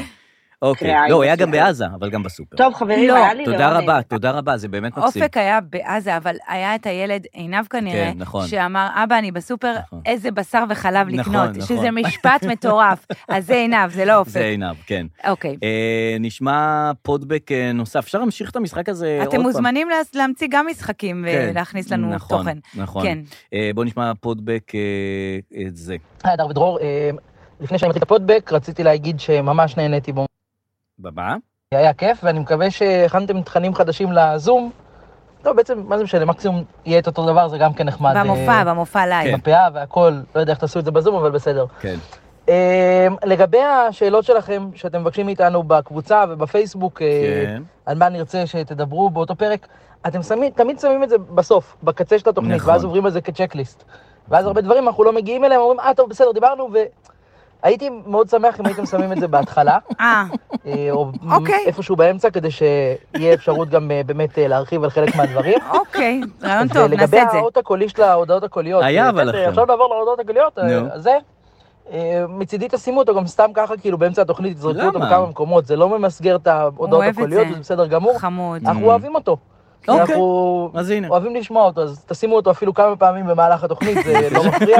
C: אוקיי,
H: קריאה
C: לא,
H: עם
C: הוא היה גם
H: הסופר.
C: בעזה, אבל גם בסופר.
H: טוב, חברים,
D: לא.
H: היה לי אה,
C: תודה
H: לעונג.
C: רבה, תודה רבה, זה באמת מקסים.
D: אופק היה בעזה, אבל היה את הילד עינב כנראה,
C: כן, נכון.
D: שאמר, אבא, אני בסופר,
C: נכון.
D: איזה בשר וחלב
C: נכון,
D: לקנות,
C: נכון.
D: שזה משפט מטורף. אז זה עינב, זה לא
C: זה
D: אופק.
C: עינב, כן.
D: אוקיי.
C: אה, נשמע פודבק אה, נוסף. אפשר להמשיך את המשחק הזה אה, עוד פעם?
D: אתם מוזמנים לה- להמציא גם משחקים
C: כן.
D: ולהכניס לנו
C: נכון,
D: תוכן.
C: נכון.
D: כן.
C: אה, בואו נשמע פודבק אה, את זה.
I: היי, הדר ודרור, אה, לפני שאני מתחיל את הפודבק, רציתי להגיד שממש נהניתי בו.
C: במה?
I: היה כיף, ואני מקווה שהכנתם תכנים חדשים לזום. לא, בעצם, מה זה משנה, מקסימום יהיה את אותו דבר, זה גם כן נחמד.
D: במופע, במופע לייב.
C: כן.
I: מפאה והכל, לא יודע איך תעשו את זה בזום, אבל בסדר.
C: כן.
I: אה, לגבי השאלות שלכם, שאתם מבקשים מאיתנו בקבוצה ובפייסבוק, אה,
C: כן.
I: על מה נרצה שתדברו באותו פרק, אתם שמים, תמיד שמים את זה בסוף, בקצה של התוכנית,
C: נכון.
I: נכון. ואז עוברים על זה כצ'קליסט. ואז הרבה דברים אנחנו לא מגיעים אליהם, אומרים, אה, טוב, בסדר, דיברנו, והייתי מאוד שמח אם הייתם שמים את זה בהתחלה,
D: אה,
I: אה, או
D: אוקיי.
I: איפשהו באמצע, כדי שיהיה אפשרות גם אה, באמת אה, להרחיב על חלק מהדברים.
D: אוקיי, רעיון טוב,
I: ולגבי
D: נעשה את זה.
I: האות הקולי של ההודעות הקוליות,
C: היה
I: אה,
C: אבל
I: בסדר,
C: אחר.
I: עכשיו נעבור להודעות הקוליות, אה,
C: נו.
I: אז זה. אה, מצידי תשימו אותו גם סתם ככה, כאילו באמצע התוכנית תזרקו
C: למה?
I: אותו בכמה מקומות, זה לא ממסגר את ההודעות
D: אוהב את
I: הקוליות,
D: זה.
I: וזה בסדר גמור,
D: חמוד.
I: אנחנו
C: Mm.
I: אוהבים אותו.
C: אוקיי.
I: אנחנו
C: אז הנה.
I: אוהבים לשמוע אותו, אז תשימו אותו אפילו כמה פעמים במהלך התוכנית, זה לא מפריע.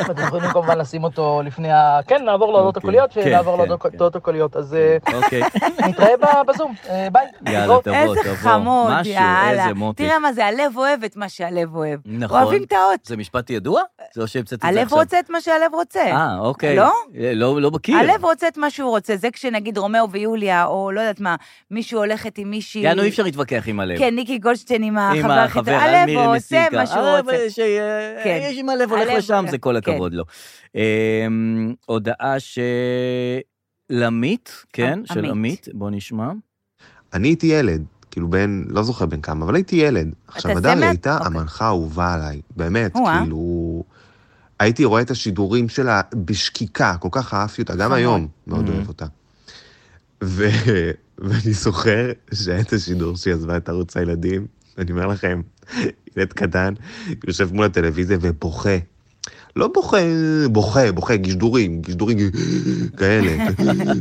I: אתם יכולים כמובן לשים אותו לפני ה... כן, נעבור להודות
C: אוקיי.
I: הקוליות,
C: כן,
I: שנעבור
C: כן, כן.
I: להודות הקוליות, אז אה,
C: אוקיי.
I: נתראה ב- בזום, אה, ביי.
C: יאללה,
I: להתראות.
C: תבוא, תבוא.
D: איזה חמוד,
C: משהו,
D: יאללה.
C: איזה מותק.
D: תראה מה זה, הלב אוהב את מה שהלב אוהב.
C: נכון.
D: אוהבים את האות.
C: זה משפט ידוע? זה לא שהמצאתי את זה
D: הלב
C: עכשיו.
D: רוצה את מה שהלב רוצה.
C: אה, אוקיי.
D: לא?
C: אה, לא? לא בקיר.
D: הלב רוצה את מה שהוא רוצה, זה כשנגיד רומאו ויוליה, או לא יודעת מה, מישהו הולכת עם מישהי...
C: יענו, אי אפשר להתווכח עם הלב.
D: כן, ניקי גולדשטיין עם
C: עם
D: החבר הכי טוב.
C: החבר,
D: הלב
C: מירי
D: עושה
C: מסיקה.
D: מה שהוא
C: הלב,
D: רוצה.
C: אה, ש- אה,
D: כן.
C: יש עם הלב הולך
D: הלב
C: לשם,
D: הולך,
C: זה כל
D: כן.
C: הכבוד לו. אמ, הודעה שלמית, כן,
D: עמית.
C: של עמית, בוא נשמע.
J: אני הייתי ילד, כאילו בן, לא זוכר בן כמה, אבל הייתי ילד. עכשיו,
D: זה
J: הדר
D: מה-
J: הייתה
D: אוקיי.
J: המנחה האהובה עליי, באמת,
D: או-אה.
J: כאילו...
K: הייתי רואה את השידורים שלה בשקיקה, כל כך אהבתי אותה, גם
I: חמוד.
K: היום מאוד
D: Mm.
K: אוהב אותה. ו... ואני זוכר שהיה את השידור שהיא עזבה את ערוץ הילדים, אני אומר לכם, ילד קטן, יושב מול הטלוויזיה ובוכה. לא בוכה, בוכה, בוכה, גישדורים, גישדורים כאלה,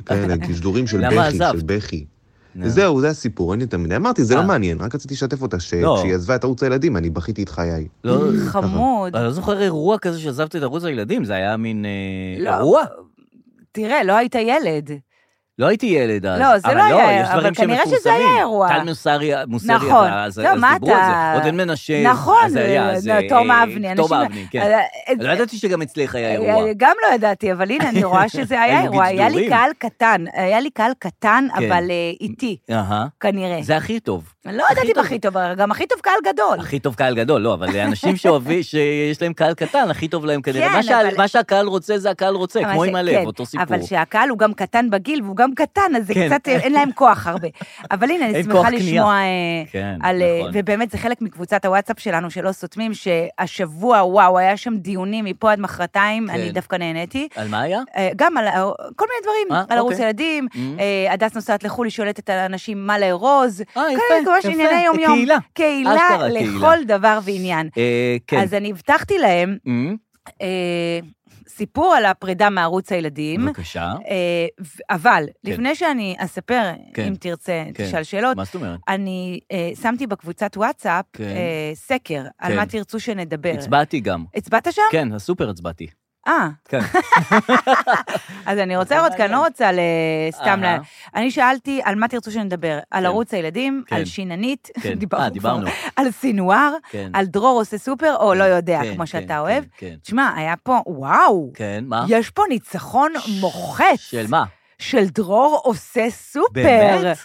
K: כאלה, גישדורים של
C: למה
K: בכי, של
C: עזבת?
K: בכי.
I: כן.
K: זהו, זה הסיפור, אין לי יותר מדי. אמרתי, זה לא
C: אה.
K: מעניין, רק רציתי לשתף אותה,
C: לא.
K: שכשהיא עזבה את ערוץ הילדים, אני בכיתי את חיי.
C: לא,
D: חמוד.
C: אני לא זוכר אירוע כזה שעזבתי את ערוץ הילדים, זה היה מין אה,
D: לא.
C: אירוע.
D: תראה, לא היית ילד.
C: לא הייתי ילד אז.
D: לא, זה
C: אבל
D: לא היה,
C: יש
D: אבל
C: דברים
D: כנראה שזה
C: שמפורסמים.
D: היה אירוע.
C: טל מוסרי, מוסרי,
D: נכון.
C: אז,
D: לא,
C: אז
D: מה
C: דיברו על
D: אתה-
C: זה. עוד אין מנשה.
D: נכון,
C: אז היה, אז,
D: לא,
C: אה,
D: תום
C: אה,
D: אבני,
C: תום
D: אנשים-
C: אבני, כן.
D: אה,
C: לא ידעתי שגם אצלך היה אירוע.
D: אה, גם לא ידעתי, אבל הנה, אני רואה שזה היה
C: היו
D: אירוע. היה לי
C: גידורים.
D: קהל קטן, היה לי קהל קטן,
C: כן.
D: אבל אה, איתי,
C: אהה.
D: כנראה.
C: זה הכי טוב.
D: לא ידעתי בכי טוב, אבל גם הכי טוב קהל גדול.
C: הכי טוב קהל גדול, לא, אבל אנשים שאוהבים, שיש להם קהל קטן, הכי טוב להם כנראה.
D: כן,
C: מה שה-
D: אבל-
C: מה שהקהל רוצה זה הקהל רוצה,
D: אבל
C: כמו
D: זה-
C: עם הלב,
D: כן,
C: אותו סיפור.
D: אבל שהקהל הוא גם קטן בגיל, והוא גם קטן, אז זה
C: כן.
D: קצת, אה, אין להם כוח הרבה. אבל הנה, אני
C: אין כוח
D: שמחה לשמוע...
C: קנייה.
D: אה,
C: כן,
D: על, אה,
C: נכון.
D: ובאמת, זה חלק מקבוצת הוואטסאפ שלנו, שלא סותמים, שהשבוע, וואו, היה שם דיונים מפה עד מחרתיים,
C: כן.
D: אני דווקא נהניתי.
C: על מה היה?
D: אה, גם על אה, כל מיני דברים,
C: אה,
D: על ערוץ
C: אוקיי.
D: ילדים,
C: Mhm.
D: אה, הדס נוסעת לחו"ל, היא שולטת על אנשים מה לארוז.
C: אה, יפה,
D: כל מיני ממש
C: יפה.
D: ענייני יום-יום.
C: קהילה.
D: קהילה
C: אשכרה קהילה.
D: לכל דבר ועניין.
C: אה, כן.
D: אז אני הבטחתי להם
C: אמ,
D: אה, סיפור על הפרידה מערוץ הילדים.
C: בבקשה.
D: אה, ו- אבל, לפני שאני אספר,
C: כן.
D: אם תרצה,
C: כן.
D: תשאל שאלות.
C: מה זאת אומרת?
D: אני אה, שמתי בקבוצת וואטסאפ
C: כן.
D: אה, סקר על
C: כן.
D: מה תרצו שנדבר.
C: הצבעתי גם.
D: הצבעת שם?
C: כן, הסופר הצבעתי.
D: אה,
C: כן.
D: אז אני רוצה לראות, כי אני לא רוצה ל- סתם
C: אהה.
D: ל... אני שאלתי על מה תרצו שנדבר, על ערוץ הילדים,
C: כן.
D: על שיננית,
C: כן.
D: דיברנו
C: אה,
D: כבר.
C: דיברנו.
D: על סינואר,
C: כן.
D: על דרור עושה סופר, או לא יודע,
C: כן,
D: כמו
C: כן,
D: שאתה אוהב.
C: כן.
D: תשמע, היה פה, וואו,
C: כן, מה?
D: יש פה ניצחון מוחץ.
C: של מה?
D: של דרור עושה סופר.
C: באמת?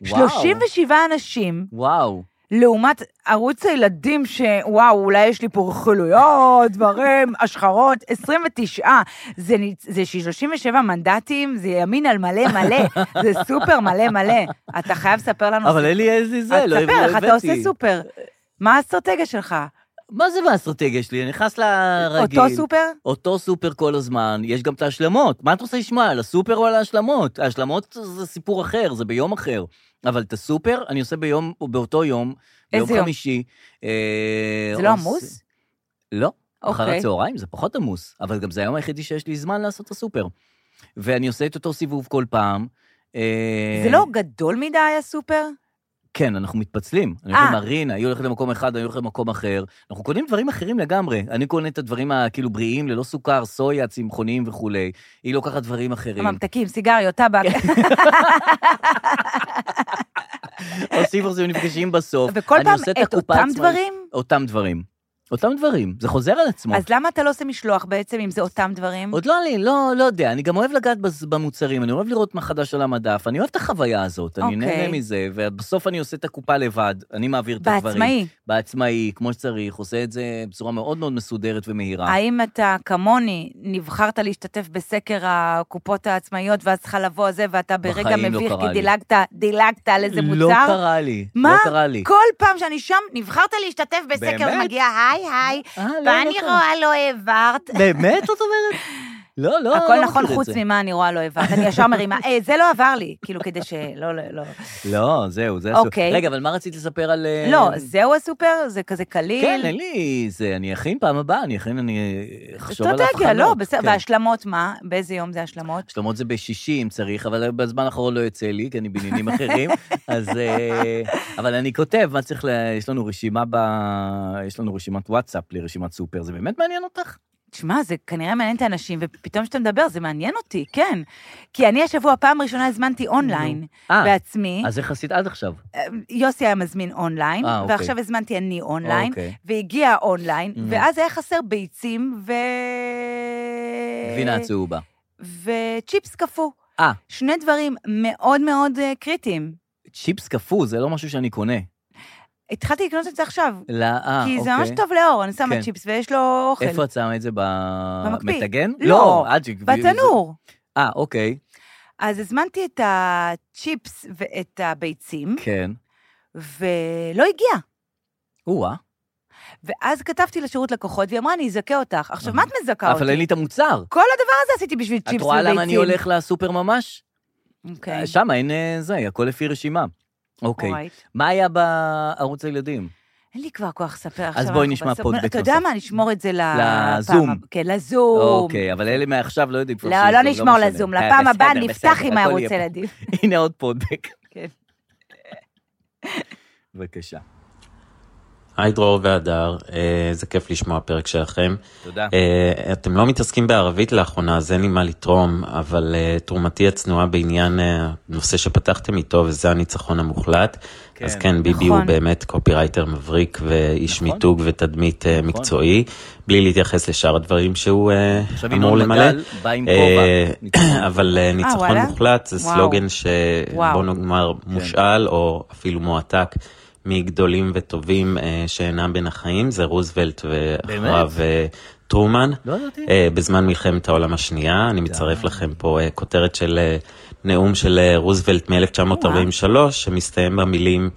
C: וואו.
D: 37 אנשים,
C: וואו.
D: לעומת ערוץ הילדים, שוואו, אולי יש לי פה רכילויות, דברים, השחרות, 29. זה, ניצ- זה 37 מנדטים, זה ימין על מלא מלא, זה סופר מלא מלא. אתה חייב לספר לנו...
C: אבל אין לי איזה זה, לא
D: אז
C: הבאתי.
D: תספר איך אתה עושה סופר. מה האסטרטגיה שלך?
C: מה זה באסטרטגיה שלי? אני נכנס לרגיל.
D: אותו סופר?
C: אותו סופר כל הזמן, יש גם את ההשלמות. מה את רוצה לשמוע, על הסופר או על ההשלמות? ההשלמות זה סיפור אחר, זה ביום אחר. אבל את הסופר אני עושה ביום, באותו יום, ביום
D: איזה יום?
C: חמישי. אה,
D: זה לא
C: עושה-
D: עמוס?
C: לא.
D: אוקיי.
C: אחר הצהריים זה פחות עמוס, אבל גם זה היום היחידי שיש לי זמן לעשות את הסופר. ואני עושה את אותו סיבוב כל פעם. אה,
D: זה לא גדול מדי הסופר?
C: כן, אנחנו מתפצלים. אני
D: אה.
C: הולך למרינה, היא הולכת למקום אחד, אני הולך למקום אחר. אנחנו קונים דברים אחרים לגמרי. אני קונה את הדברים הכאילו בריאים, ללא סוכר, סויה, צמחוניים וכולי. היא לוקחת דברים אחרים. כן.
D: ממתקים, סיגריות, טבק.
C: עושים עושים נפגשים בסוף.
D: וכל
C: אני
D: פעם
C: עושה
D: את
C: הקופה
D: אותם
C: עצמה-
D: דברים?
C: אותם דברים. אותם דברים, זה חוזר על עצמו.
D: אז למה אתה לא עושה משלוח בעצם, אם זה אותם דברים?
C: עוד לא, אני לא, לא יודע, אני גם אוהב לגעת בז- במוצרים, אני אוהב לראות מה חדש על המדף, אני אוהב את החוויה הזאת, אני
D: אוקיי.
C: נהנה מזה, ובסוף אני עושה את הקופה לבד, אני מעביר את הדברים.
D: בעצמאי.
C: בעצמאי, כמו שצריך, עושה את זה בצורה מאוד מאוד מסודרת ומהירה.
D: האם אתה, כמוני, נבחרת להשתתף בסקר הקופות העצמאיות, ואז צריכה לבוא הזה, ואתה ברגע
C: בחיים לא
D: מביך,
C: קרה
D: כי
C: לי.
D: דילגת, דילגת על איזה מוצר?
C: לא קרה לי,
D: מה?
C: לא קרה לי.
D: כל פעם שאני שם, נבחרת להשתתף בסקר,
C: באמת?
D: מגיע, היי, היי,
C: לא
D: מה אני
C: קרה.
D: רואה לא העברת?
C: באמת, את אומרת? לא, לא,
D: הכל
C: לא
D: נכון
C: מכיר את
D: חוץ
C: זה.
D: ממה אני רואה לא העברת, אני ישר מרימה, "אה, זה לא עבר לי, כאילו כדי שלא, לא, לא.
C: לא, זהו, זה הסוף.
D: אוקיי.
C: רגע, אבל מה רצית לספר על... אה,
D: לא, זהו הסופר? זה כזה קליל?
C: כן, אין לי... זה, אני אכין פעם הבאה, אני אכין, אני אחשוב על הבחנות.
D: אסטרטגיה, לא, בסדר,
C: כן.
D: והשלמות מה? באיזה יום זה השלמות?
C: השלמות זה בשישי אם צריך, אבל בזמן האחרון לא יוצא לי, כי אני בעניינים אחרים. אז... אה, אבל אני כותב מה צריך ל... יש לנו רשימה ב... יש לנו רשימת וואטסאפ לרשימת סופר, זה באמת מעניין אותך?
D: תשמע, זה כנראה מעניין את האנשים, ופתאום כשאתה מדבר, זה מעניין אותי, כן. כי אני השבוע, פעם ראשונה הזמנתי אונליין
C: אה,
D: בעצמי. אה,
C: אז איך עשית עד עכשיו?
D: יוסי היה מזמין אונליין,
C: אה, אוקיי.
D: ועכשיו הזמנתי אני אונליין,
C: אוקיי.
D: והגיע אונליין,
C: Mhm.
D: ואז היה חסר ביצים ו... אה,
C: גבינה צהובה.
D: וצ'יפס קפוא.
C: אה,
D: שני דברים מאוד מאוד אה, קריטיים.
C: צ'יפס קפוא, זה לא משהו שאני קונה.
D: התחלתי לקנות את זה עכשיו,
C: לא, אה,
D: כי זה
C: אוקיי.
D: ממש טוב לאור, אני שמה
C: כן.
D: צ'יפס ויש לו אוכל.
C: איפה את שמה את זה?
D: במקפיא.
C: במקפיא.
D: לא,
C: עד ש...
D: בתנור.
C: אה, אוקיי,
D: אז הזמנתי את הצ'יפס ואת הביצים,
C: כן.
D: ולא הגיע.
C: או-אה.
D: ואז כתבתי לשירות לקוחות, והיא אמרה, אני אזכה אותך. עכשיו, מה את מזכה אותי?
C: אבל אין לי את המוצר.
D: כל הדבר הזה עשיתי בשביל צ'יפס
C: את
D: וביצים.
C: רואה למה אני הולך לסופר ממש?
D: אוקיי.
C: שם אין אה, זה, הכל לפי רשימה. אוקיי.
D: Alright.
C: מה היה בערוץ הילדים?
D: אין לי כבר כוח לספר עכשיו.
C: בואי
D: אנחנו
C: נשמע
D: בסוף.
C: פודבק
D: אתה יודע
C: נוסף.
D: מה, נשמור את זה לפעם
C: לזום.
D: הבאה. כן, לזום.
C: אוקיי, אבל אלה מעכשיו לא יודעים כבר
D: לא,
C: שיש
D: לא
C: זום,
D: נשמור
C: משנה.
D: לזום,
C: אה,
D: לפעם הבאה
C: בסדר,
D: נפתח
C: בסדר, הכל
D: עם הערוץ
C: יהיה פה.
D: ילדים.
C: הנה עוד פודבק.
D: כן.
C: בבקשה.
I: היי דרור והדר, אה, זה כיף לשמוע פרק שלכם.
C: תודה.
I: אה, אתם לא מתעסקים בערבית לאחרונה, אז אין לי מה לתרום, אבל אה, תרומתי הצנועה בעניין אה, הנושא שפתחתם איתו, וזה הניצחון המוחלט.
L: כן.
I: אז כן, ביבי
L: נכון.
I: הוא באמת קופירייטר מבריק ואיש
L: נכון.
I: מיתוג ותדמית אה,
L: נכון.
I: מקצועי, בלי להתייחס לשאר הדברים שהוא אה,
C: עכשיו
I: אמור
C: ינון
I: למלא.
C: מגל בא עם כובע.
I: אה, אבל אה, ניצחון
C: וואלה?
I: מוחלט זה
C: וואו.
I: סלוגן ש...
C: וואו. כן.
I: בוא נאמר מושאל או אפילו מועתק מגדולים וטובים אה, שאינם בין החיים, זה רוזוולט ואחריו אה, טרומן.
C: לא ידעתי.
I: אה, בזמן מלחמת העולם השנייה, אני מצרף לכם פה אה, כותרת של אה, נאום של אה, רוזוולט מ-1943, שמסתיים במילים,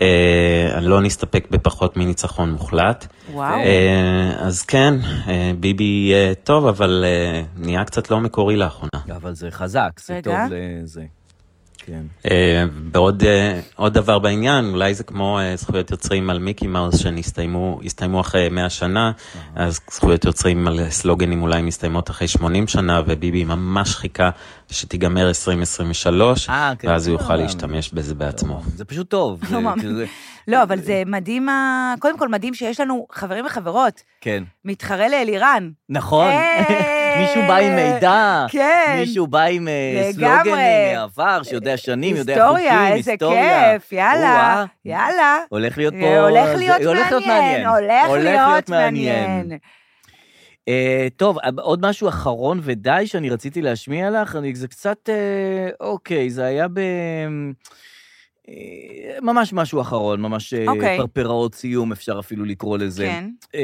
I: אה, לא נסתפק בפחות מניצחון מוחלט.
D: וואו.
I: אה, אז כן, אה, ביבי אה, טוב, אבל אה, נהיה קצת לא מקורי לאחרונה.
C: אבל זה חזק, זה
D: רגע.
C: טוב לזה. כן.
I: אה, בעוד אה, עוד דבר בעניין, אולי זה כמו אה, זכויות יוצרים על מיקי מאוס שהסתיימו הסתיימו אחרי 100 שנה, אז זכויות יוצרים על סלוגנים אולי מסתיימות אחרי 80 שנה, וביבי ממש חיכה שתיגמר 2023,
C: אה, כן.
I: ואז הוא יוכל
C: לא,
I: להשתמש בזה בעצמו.
C: זה פשוט טוב. זה-
D: לא מאמין.
C: זה-
D: לא, אבל זה מדהים, ה- קודם כל מדהים שיש לנו חברים וחברות,
C: כן.
D: מתחרה לאלירן.
C: נכון.
D: אה,
C: מישהו בא עם מידע.
D: כן.
C: מישהו בא עם אה,
D: לגמרי.
C: סלוגן אה, מהעבר, שיודע שנים, יודע חוקים,
D: היסטוריה,
C: היסטוריה.
D: איזה כיף, יאללה,
C: או-אה.
D: יאללה.
C: הולך להיות פה...
D: אה, הולך
C: זה-
D: להיות
C: הולך להיות מעניין.
D: מעניין, הולך להיות מעניין.
C: אה, טוב, עוד משהו אחרון ודי שאני רציתי להשמיע לך, אני, זה קצת, אה, אוקיי, זה היה ב... אמ, אה, ממש משהו אחרון, ממש אה,
D: אוקיי.
C: פרפראות סיום, אפשר אפילו לקרוא לזה.
D: כן.
C: אה,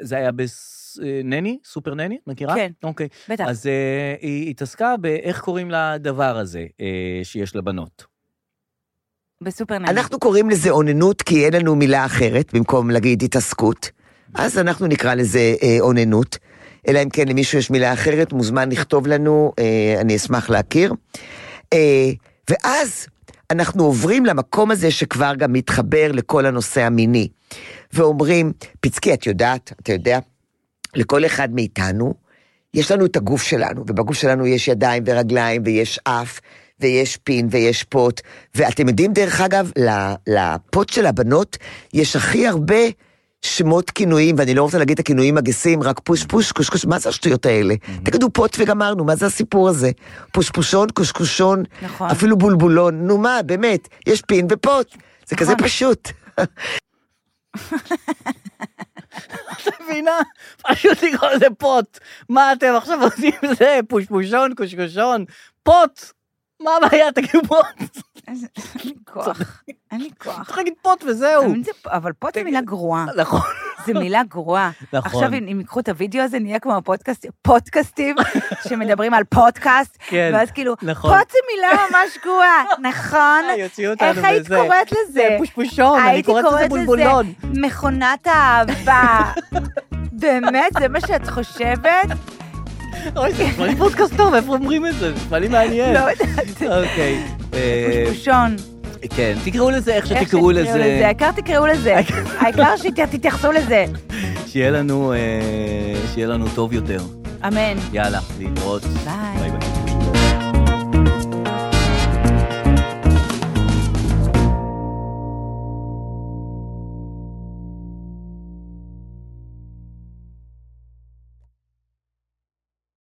C: זה היה בנני, סופר נני, את מכירה?
D: כן.
C: אוקיי.
D: בטח.
C: אז אה, היא התעסקה באיך קוראים לדבר הזה אה, שיש לבנות.
D: בסופרנט.
C: לא
M: אנחנו קוראים לזה אוננות כי אין לנו מילה אחרת במקום להגיד התעסקות. אז אנחנו נקרא לזה אה, אוננות. אלא אם כן למישהו יש מילה אחרת, מוזמן לכתוב לנו, אה, אני אשמח להכיר. אה, ואז אנחנו עוברים למקום הזה שכבר גם מתחבר לכל הנושא המיני. ואומרים, פצקי, את יודעת, אתה יודע, לכל אחד מאיתנו, יש לנו את הגוף שלנו, ובגוף שלנו יש ידיים ורגליים, ויש אף, ויש פין, ויש פוט, ואתם יודעים, דרך אגב, ל- לפוט של הבנות יש הכי הרבה שמות כינויים, ואני לא רוצה להגיד את הכינויים הגסים, רק פוש פוש, קושקוש, מה זה השטויות האלה? תגידו פוט וגמרנו, מה זה הסיפור הזה? פושפושון, קושקושון,
D: נכון.
M: אפילו בולבולון, נו מה, באמת, יש פין ופוט, זה כזה פשוט.
C: מבינה? פשוט לקרוא לזה פוט. מה אתם עכשיו עושים זה? פושפושון, קושקושון, פוט. מה הבעיה? תגידו פוט.
D: אין לי כוח, אין לי כוח.
C: צריך להגיד פוט וזהו.
D: אבל פוט זה מילה גרועה.
C: נכון.
D: זו מילה גרועה.
C: נכון.
D: עכשיו, אם אם ייקחו את הוידאו הזה, נהיה כמו הפודקאסט- פודקאסטים שמדברים על פודקאסט,
C: כן,
D: ואז כאילו,
C: נכון.
D: פוט זה מילה ממש גרועה, נכון?
C: יוציאו אותנו
D: איך היית
C: בזה.
D: קוראת לזה?
C: זה פושפושון, אני
D: הייתי
C: קוראת לזה בולבולון.
D: מכונת האהבה. באמת, זה מה שאת חושבת?
C: אוי, זה נשמע לי פודקאסט טוב, איפה אומרים את זה? זה נשמע לי מעניין.
D: לא יודעת.
C: אוקיי. אה,
D: פושפושון.
C: כן, תקראו לזה איך
D: איך
C: שתקראו
D: לזה,
C: לזה.
D: העיקר תקראו לזה. העיקר שתתייחסו לזה.
C: שיהיה לנו, אה, שיהיה לנו טוב יותר.
D: אמן.
C: יאללה, להתראות.
D: ביי.
C: ביי ביי.